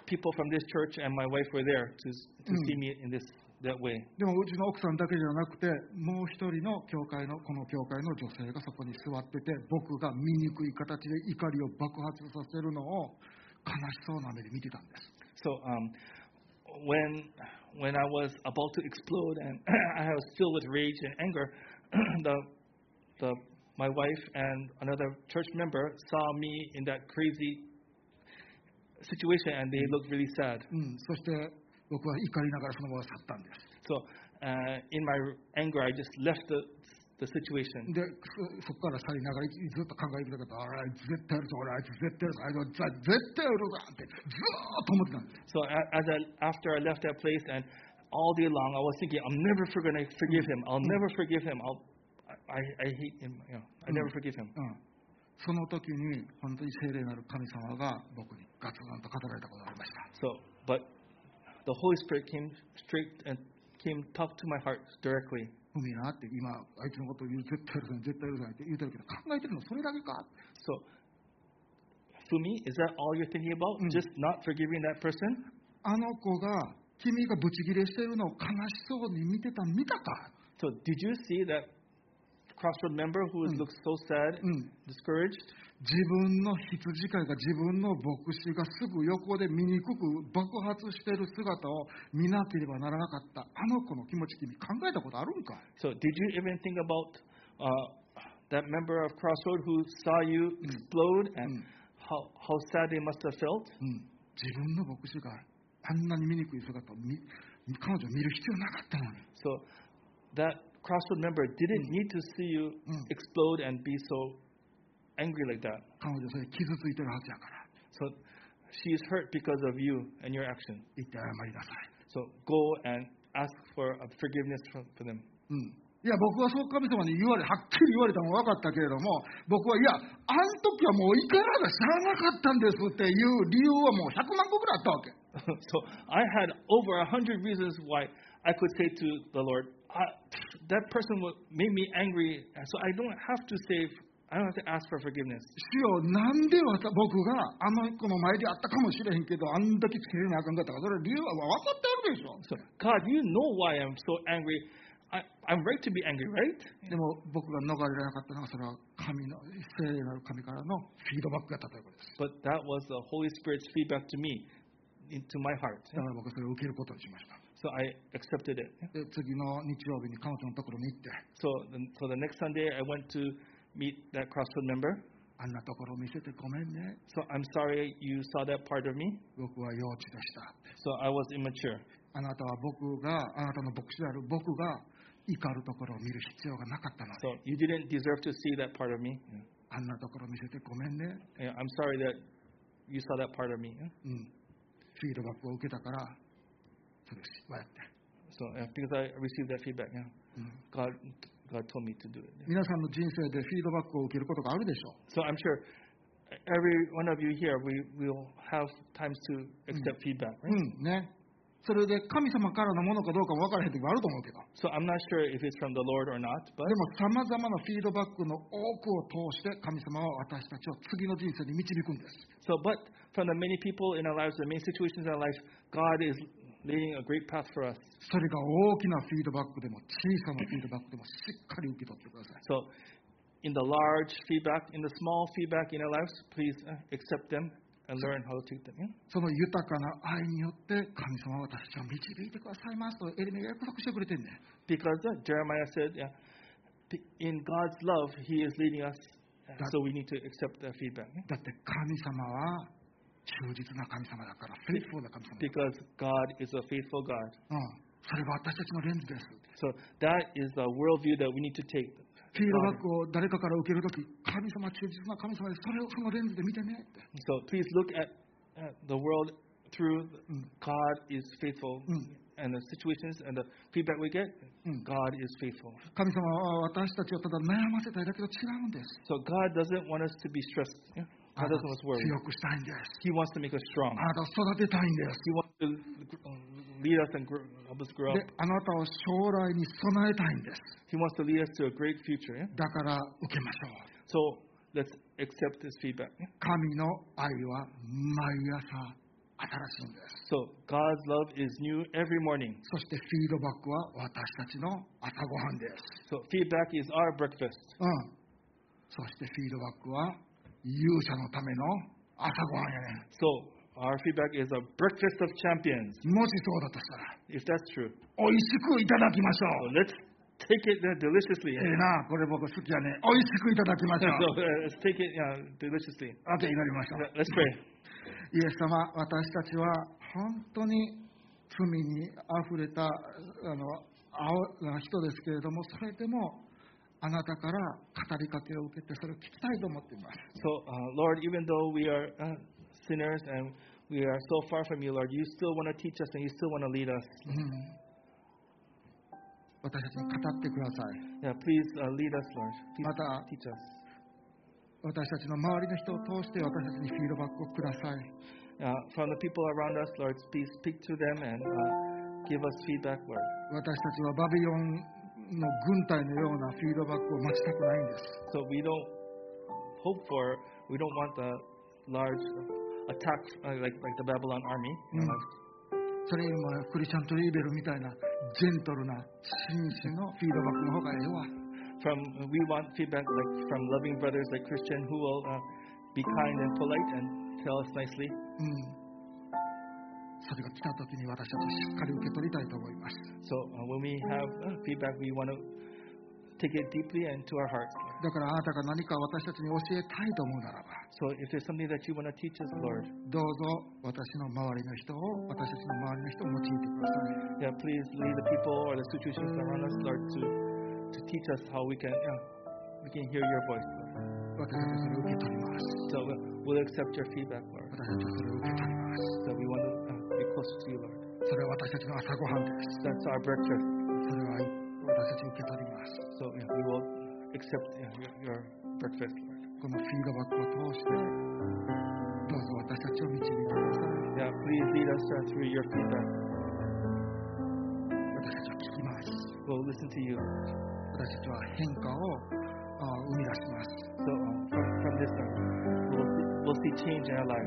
[SPEAKER 2] people from this church and my wife were there to to see me in this that way.
[SPEAKER 1] でもうちの奥さんだけじゃなくてもう一人の教会のこの教会の女性がそこに座ってて僕が醜い形で怒りを爆発させるのを悲しそうな目で見てたんです
[SPEAKER 2] So um, when when I was about to explode and [CLEARS THROAT] I was filled with rage and anger, [CLEARS THROAT] the the my wife and another church member saw me in that crazy situation and they looked really sad.
[SPEAKER 1] うん、そして僕は怒りながらその場を去ったんです
[SPEAKER 2] So uh, in my anger, I just left the the situation.
[SPEAKER 1] で、そそこから去りながらずっと考えてたこと、あれ、絶対やるぞ、俺、あいつ絶対やるぞ、あいつは絶対やるぞって、ずーっと思ってたんです。
[SPEAKER 2] So a- as I, after I left that place and all day long, I was thinking, I'm never for gonna forgive him. I'll never forgive him. I'll I, I I hate him. You know, I never forgive him.
[SPEAKER 1] うん。その時に、本当に聖霊なる神様が僕にガツンと語られたことがありました。
[SPEAKER 2] So, but the Holy Spirit came straight and came talk to my heart directly.
[SPEAKER 1] 海なって、今、あいつのこと言う、絶対やるぞ、絶対やるぞって言うてるけど、考えてるのそれだけか。
[SPEAKER 2] So, Fumi, is that all you're thinking about? Just not forgiving that person?
[SPEAKER 1] あの子が、君がブチギレしてるのを悲しそうに見てた、見たか。
[SPEAKER 2] So, did you see that crossroad member who is looks so sad,
[SPEAKER 1] Mm.
[SPEAKER 2] discouraged?
[SPEAKER 1] 自分の羊飼いが自分の牧師がすぐ横で醜く爆発している姿を見なければならなかったあの子の気持ち君考えたことあるんか
[SPEAKER 2] So, did you even think about uh, that member of Crossroad who saw you explode and how, how sad they must have felt?
[SPEAKER 1] うん自分の牧師があんなに醜い姿を見彼女を見る必要なかったのに
[SPEAKER 2] So, that Crossroad member didn't need to see you
[SPEAKER 1] Mm.
[SPEAKER 2] explode and be so angry like that.
[SPEAKER 1] 彼女それ傷ついてるはずやから
[SPEAKER 2] So, she is hurt because of you and your action.
[SPEAKER 1] 言って謝りなさい、
[SPEAKER 2] So, go and ask for uh, forgiveness for, for them.
[SPEAKER 1] うん、いや僕はそう神様に言われはっきり言われたのは分かったけれども僕はいやあの時はもう怒らが知らなかったんですっていう理由はもう100万個ぐらいあったわけ
[SPEAKER 2] [LAUGHS] so I had over a hundred reasons why I could say to the Lord, I, that person wa- made me angry, so I don't have to say I don't have to ask for forgiveness.
[SPEAKER 1] 主よ、なんでわた僕があの子の前であったかもしれへんけど、あんだけつけれなあかんかったか、それ理由は分かってあるでしょ。
[SPEAKER 2] So, God, you know why I'm so angry. I, I'm right to be angry, right?
[SPEAKER 1] でも僕が逃れられなかったのは、それは神の、聖なる神からのフィードバックがあったということです。
[SPEAKER 2] But that was the Holy Spirit's feedback to me, into my heart.
[SPEAKER 1] だから僕はそれを受けることにしました。
[SPEAKER 2] So I accepted it.
[SPEAKER 1] で、次の日曜日に彼女のところに行って、
[SPEAKER 2] So, the, so the next Sunday, I went to meet that CrossFit member.
[SPEAKER 1] あんなところを見せてごめんね。
[SPEAKER 2] So I'm sorry you saw that part of me.
[SPEAKER 1] 僕は幼稚でした。
[SPEAKER 2] So I was immature.
[SPEAKER 1] あなたは僕が、あなたの牧師である僕が怒るところを見る必要がなかったのに、
[SPEAKER 2] So you didn't deserve to see that part of me.
[SPEAKER 1] あんなところ見せてごめんね。
[SPEAKER 2] Yeah, I'm sorry that you saw that part of me.
[SPEAKER 1] うん。フィードバックを受けたから、それはやって。
[SPEAKER 2] So yeah, because I received that feedback, yeah.
[SPEAKER 1] うん。
[SPEAKER 2] God, God told me to do it.
[SPEAKER 1] 皆さんの人生でフィードバックを受けることがあるでしょ
[SPEAKER 2] So I'm sure every one of you here, we will have times to accept feedback.
[SPEAKER 1] う。うん。ね。それで神様からのものかどうかも分からへん時もあると思うけど。
[SPEAKER 2] So I'm not sure if it's from the Lord or not, but
[SPEAKER 1] でも、さまざまなフィードバックの多くを通して、神様は私たちを次の人生に導くんです。
[SPEAKER 2] so but from the many people in our lives, the many situations in our life, God is leading a great path for us.
[SPEAKER 1] それが大きなフィードバックでも、小さなフィードバックでも、しっかり受け取ってください。
[SPEAKER 2] So in the large feedback, in the small feedback in our lives, please uh, accept them and learn how to take them. Yeah?
[SPEAKER 1] その豊かな愛によって神様は私たちを導いてくださいますとエレミが約束してくれてんね
[SPEAKER 2] Because uh, Jeremiah said, yeah, p- in God's love, He is leading us.
[SPEAKER 1] That-
[SPEAKER 2] So we need to accept that feedback. yeah?
[SPEAKER 1] だって神様は忠実な神様だから、フェイスフォーな神様だか
[SPEAKER 2] Because God is a faithful God.
[SPEAKER 1] ら、うん。それが私たちのレンズです。
[SPEAKER 2] So that is the worldview that we need to take.
[SPEAKER 1] フィードバックを誰かから受けるとき、神様は忠実な神様です。それをそのレンズで見てねって。
[SPEAKER 2] So please look at, at the world through God is faithful.
[SPEAKER 1] Mm.
[SPEAKER 2] And the situations and the feedback we get,
[SPEAKER 1] Mm.
[SPEAKER 2] God is faithful.
[SPEAKER 1] 神様は私たちをただ悩ませたいだけど違うんです。
[SPEAKER 2] So God doesn't want us to be stressed. yeah?
[SPEAKER 1] あ
[SPEAKER 2] God
[SPEAKER 1] なた
[SPEAKER 2] doesn't want us
[SPEAKER 1] を
[SPEAKER 2] worried.
[SPEAKER 1] 強くしたいんです。
[SPEAKER 2] He wants to make us strong.
[SPEAKER 1] あなたを育てたいんです。
[SPEAKER 2] He wants to uh, lead us and grow, help us grow
[SPEAKER 1] で
[SPEAKER 2] up.、
[SPEAKER 1] あなたを将来に備えたいんです。
[SPEAKER 2] He wants to lead us to a great future. yeah?
[SPEAKER 1] だから受けましょう。
[SPEAKER 2] So let's accept this feedback. yeah?
[SPEAKER 1] 神の愛は毎朝新しいんです。
[SPEAKER 2] So God's love is new every morning.
[SPEAKER 1] そしてフィードバックは私たちの朝ごはんです。
[SPEAKER 2] So feedback is our breakfast.
[SPEAKER 1] うん。そしてフィードバックは勇者のための朝ごはんやね
[SPEAKER 2] So our feedback is a breakfast of champions.
[SPEAKER 1] ん。もしそうだとしたら、
[SPEAKER 2] If that's true,
[SPEAKER 1] 美味しくいただきましょ
[SPEAKER 2] so
[SPEAKER 1] う。
[SPEAKER 2] let's take it there deliciously.
[SPEAKER 1] ええな、これ僕好きやね。美味しくいただきまし
[SPEAKER 2] So [LAUGHS]
[SPEAKER 1] ょう。
[SPEAKER 2] uh, let's take it uh, deliciously.
[SPEAKER 1] オッケー、祈りましょ
[SPEAKER 2] Yeah,
[SPEAKER 1] う。
[SPEAKER 2] Let's pray.
[SPEAKER 1] イエス様、私たちは本当に罪にあふれたあの青な人ですけれども、それでもあなたから語りかけを受けて、それを聞きたいと思っています。
[SPEAKER 2] So uh, Lord, even though we are uh, sinners and we are so far from you, Lord, you still want to teach us and you still want to lead us.
[SPEAKER 1] うん私たちに語ってください。
[SPEAKER 2] Yeah, please uh, lead us, Lord. Please
[SPEAKER 1] また、
[SPEAKER 2] teach us.
[SPEAKER 1] 私たちの周りの人を通して私たちにフィードバックをください。
[SPEAKER 2] Uh, from the people around us, Lord, please speak to them and uh, give us feedback, Lord.
[SPEAKER 1] 私たちはバビロンの軍隊のようなフィードバックを待ちたくないんです。
[SPEAKER 2] So we don't hope for, we don't want the large attack uh, like like the Babylon army.
[SPEAKER 1] Mm.
[SPEAKER 2] you know, like-
[SPEAKER 1] それよりもクリスチャントリーベルみたいなジェントルな紳士のフィードバックの方がええわ。
[SPEAKER 2] From we want feedback like from loving brothers like Christian who will uh, be kind and polite and tell us nicely.
[SPEAKER 1] うん。それが来た時に私たちはしっかり受け取りたいと思います。
[SPEAKER 2] So uh, when we have uh, feedback, we want to take it deeply and to our hearts. Lord.
[SPEAKER 1] だからあなたが何か私たちに教えたいと思うならば、
[SPEAKER 2] So if there's something that you want to teach us, Lord,
[SPEAKER 1] どうぞ私の周りの人を、私たちの周りの人を用いてください。
[SPEAKER 2] yeah, please lead the people or the situations around us, Lord, to to teach us how we can yeah, we can hear your voice. Lord.
[SPEAKER 1] 私たちはそれを受け取ります。
[SPEAKER 2] So uh, we'll accept your feedback, Lord.
[SPEAKER 1] 私たちはそれを受け取ります。
[SPEAKER 2] So we want to uh, be closer to you, Lord.
[SPEAKER 1] それは私たちの朝ごはんです。
[SPEAKER 2] That's our
[SPEAKER 1] それは
[SPEAKER 2] breakfast.
[SPEAKER 1] 私たち受け取ります。
[SPEAKER 2] So yeah, we will accept yeah, your, your breakfast, Lord.
[SPEAKER 1] このフィードバックを通して、どうぞ私たちを導いてください。
[SPEAKER 2] Yeah, please lead us uh, through your feedback.
[SPEAKER 1] 私たちは聞きます。
[SPEAKER 2] We'll listen to you.
[SPEAKER 1] 私たちは変化をあ生み出します。
[SPEAKER 2] So um, from, from this, um, we'll, see, we'll see change in our lives.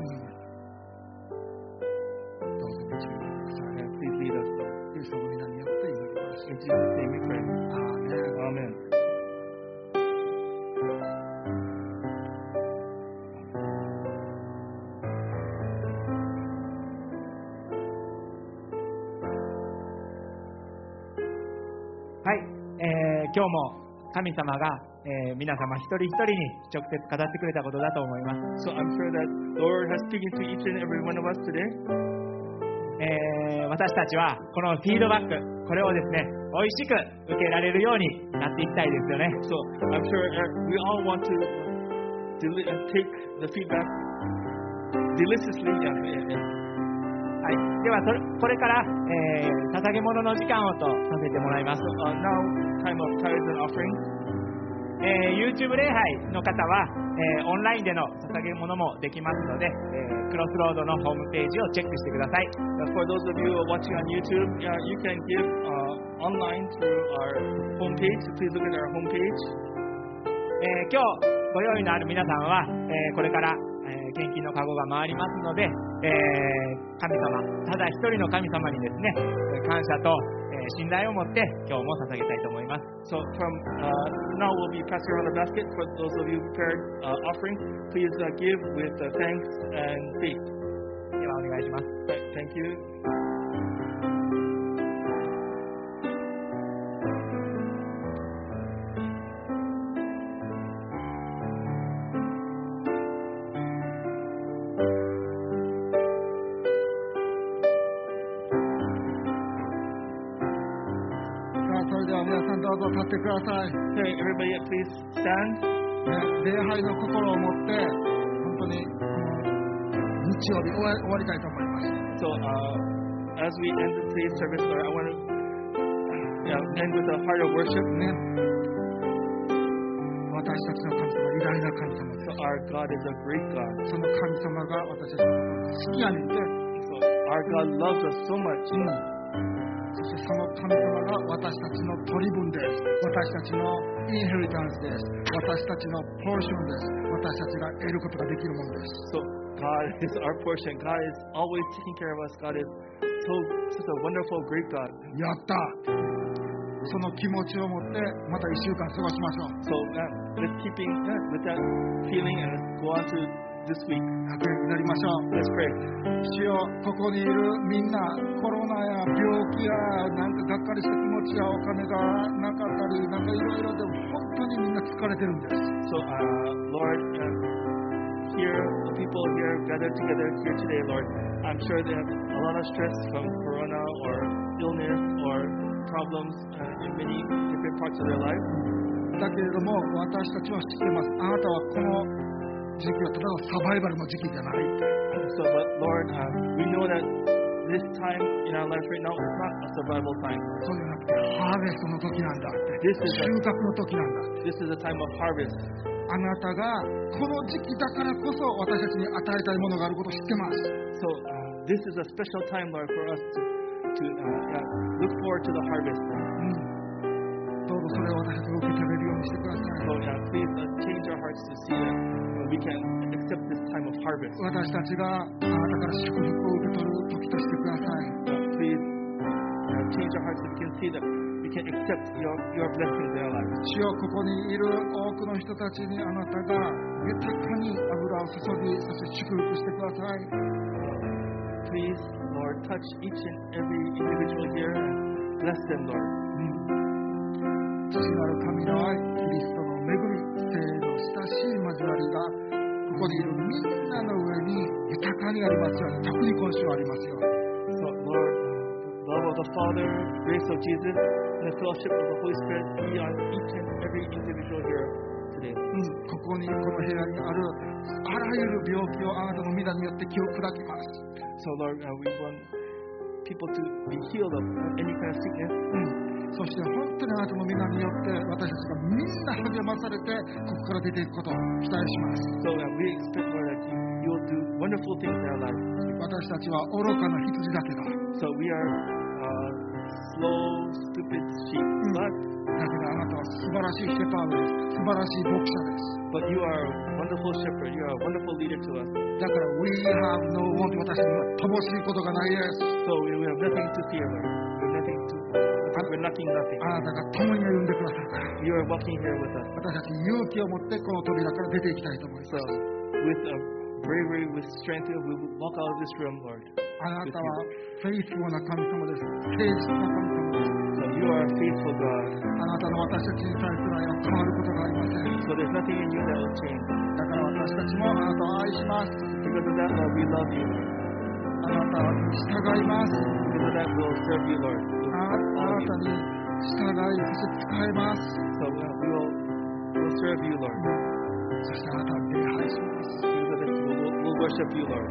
[SPEAKER 1] どうぞご注意ください。
[SPEAKER 2] And please lead us, Lord.
[SPEAKER 1] イエス様の皆によって祈ります。
[SPEAKER 2] In Jesus' name we pray.
[SPEAKER 1] アーメン。
[SPEAKER 2] Amen.
[SPEAKER 3] はい、えー今日も神様が、えー皆様一人一人に直接語ってくれたことだと思います、
[SPEAKER 2] So I'm sure that the Lord has spoken to each and every one of us today.
[SPEAKER 3] えー私たちはこのフィードバックこれをですね美味しく受けられるようになっていきたいですよね
[SPEAKER 2] So I'm sure uh, we all want to deli- uh, take the feedback deliciously and, and, and
[SPEAKER 3] はい、ではそれこれから、えー捧げ物の時間をとさせてもらいます、
[SPEAKER 2] uh, now time of tithes and offerings.
[SPEAKER 3] えー YouTube 礼拝の方は、えーオンラインでの捧げ物もできますので、えークロスロードのホームページをチェックしてください
[SPEAKER 2] Uh, for those of you who are watching on YouTube, uh, you can give uh, online through our homepage. So please look at our homepage.
[SPEAKER 3] えー今日ご用意のある皆さんは、えーこれから、えー献金のカゴが回りますので、えー神様ただ一人の神様にですね感謝と、えー信頼を持って今日も捧げたいと思います
[SPEAKER 2] So from uh, now we'll be passing around the basket. For those of you who prepared uh, offering, please uh, give with uh, thanks and faith.
[SPEAKER 3] ではお願いします
[SPEAKER 2] Right, thank you.
[SPEAKER 1] さあ、それでは皆さんどうぞ立ってください。
[SPEAKER 2] Okay, everybody, uh, please stand.
[SPEAKER 1] ね、礼拝の心を持って、本当に日曜日終わ終わりたいと思います。
[SPEAKER 2] So uh, as we end today's service, Lord, I want to uh, end with a heart of worship.
[SPEAKER 1] ね。私たちの神様、偉大な神様で
[SPEAKER 2] So our God is a great God.
[SPEAKER 1] す。その神様が私たちの心を好きやねんて、
[SPEAKER 2] So our God loves us so much.
[SPEAKER 1] そしてその神様が私たちの取り分です。私たちのインヘリタンスです。私たちのポーションです。私たちが得ることができるものです。
[SPEAKER 2] So God [LAUGHS] is our portion. God is always taking care of us. God is so such a wonderful, great God.
[SPEAKER 1] やったその気持ちを持ってまた1週間過ごしましょう。
[SPEAKER 2] So uh, with keeping uh, with that feeling and let's go on to this week.
[SPEAKER 1] 楽になりましょう。
[SPEAKER 2] Let's pray.
[SPEAKER 1] 主よここにいるみんなコロナや病気やなんかがっかりした気持ちやお金がなかったりなんかいろいろでも本当にみんな疲れてるんです
[SPEAKER 2] So uh, Lord, uh, here the people here gathered together here today, Lord. I'm sure they have a lot of stress from corona or illness or problems uh, in many different parts of their life.
[SPEAKER 1] だけれども私たちは知ってますあなたはこの時期はただのサバイバルの時期じゃない
[SPEAKER 2] So, but Lord, uh, we know that this time in our life right now is not a survival time.
[SPEAKER 1] そうじゃなくてハーベストの時なんだって
[SPEAKER 2] This
[SPEAKER 1] 収
[SPEAKER 2] is a,
[SPEAKER 1] 穫の時なんだって
[SPEAKER 2] this is a time of harvest.
[SPEAKER 1] あなたがこの時期だからこそ私たちに与えたいものがあることを知ってます
[SPEAKER 2] So, uh, this is a special time, Lord, for us to, to uh, uh, look forward to the harvest.
[SPEAKER 1] うんどうぞそれを私たちが受け取れるようにしてください
[SPEAKER 2] So, uh, please uh, change our hearts to see that uh, we can accept this time of harvest.
[SPEAKER 1] 私たちがあなたから祝福を受け取る時としてください。
[SPEAKER 2] Uh, please uh, change our hearts so we can see that we can accept your, your blessings in our lives.
[SPEAKER 1] 主よここにいる多くの人たちにあなたが豊かに油を注ぎ、そして祝福してください。
[SPEAKER 2] Please, Lord, touch each and every individual here and bless them, Lord.
[SPEAKER 1] 父なる神の愛、キリストの恵み、聖の親しい交わりが、ここにいるみんなの上に豊かにありますように、特に今週はありますように。
[SPEAKER 2] So, Lord, the love of the Father, grace of Jesus, and the fellowship of the Holy Spirit be on each and every individual here today.
[SPEAKER 1] うんここに、この部屋にあるあらゆる病気をあなたの皆によって気を砕きます。
[SPEAKER 2] So, Lord, uh, we want people to be healed of any kind of sickness.
[SPEAKER 1] うんそして本当にあなたの皆によって私たちがみんな励まされてここから出ていくことを期待します
[SPEAKER 2] So that we expect, Lord, that you, you will do wonderful things in our lives.
[SPEAKER 1] 私たちは愚かな羊だけだ
[SPEAKER 2] So we are uh, slow, stupid sheep, but
[SPEAKER 1] だけどあななたは素晴らしいシェパードです。素晴らしい牧者です。
[SPEAKER 2] But you are a wonderful shepherd. You are a wonderful leader to us.
[SPEAKER 1] だから、We have no want 私には乏しいことがないです。
[SPEAKER 2] So we, we have nothing to fear, Lord. We have nothing to. We're lacking nothing.
[SPEAKER 1] あなたが共に歩んでくださるから、
[SPEAKER 2] You are walking here with us.
[SPEAKER 1] 私たち勇気を持ってこの扉から出ていきたいと思います。
[SPEAKER 2] So with a bravery, with strength, we will walk out of this room, Lord.
[SPEAKER 1] あなたはフェイスフルな神様です。誠実な神様です。
[SPEAKER 2] So you are a faithful God.
[SPEAKER 1] あなたの私たちに対する愛は変わることがありません。
[SPEAKER 2] So there's nothing in you that will change.
[SPEAKER 1] だから私たちもあなたを愛します。
[SPEAKER 2] Because of that, Lord, we love you. Lord.
[SPEAKER 1] あなたに従います。
[SPEAKER 2] Because of that, we'll serve you, Lord.
[SPEAKER 1] ああ
[SPEAKER 2] With
[SPEAKER 1] な
[SPEAKER 2] all of you.
[SPEAKER 1] たに従い、そして使います。
[SPEAKER 2] So we we will we'll serve you, Lord.
[SPEAKER 1] そしてあなたを礼拝します。
[SPEAKER 2] Because of that, we'll, we'll- we'll worship you, Lord.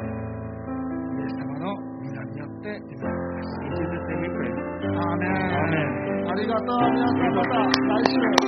[SPEAKER 1] イエス様の皆によって祈ります。
[SPEAKER 2] In Jesus' name we pray.
[SPEAKER 1] アーメン
[SPEAKER 2] Amen.
[SPEAKER 1] ありがとう。皆さんまた来週。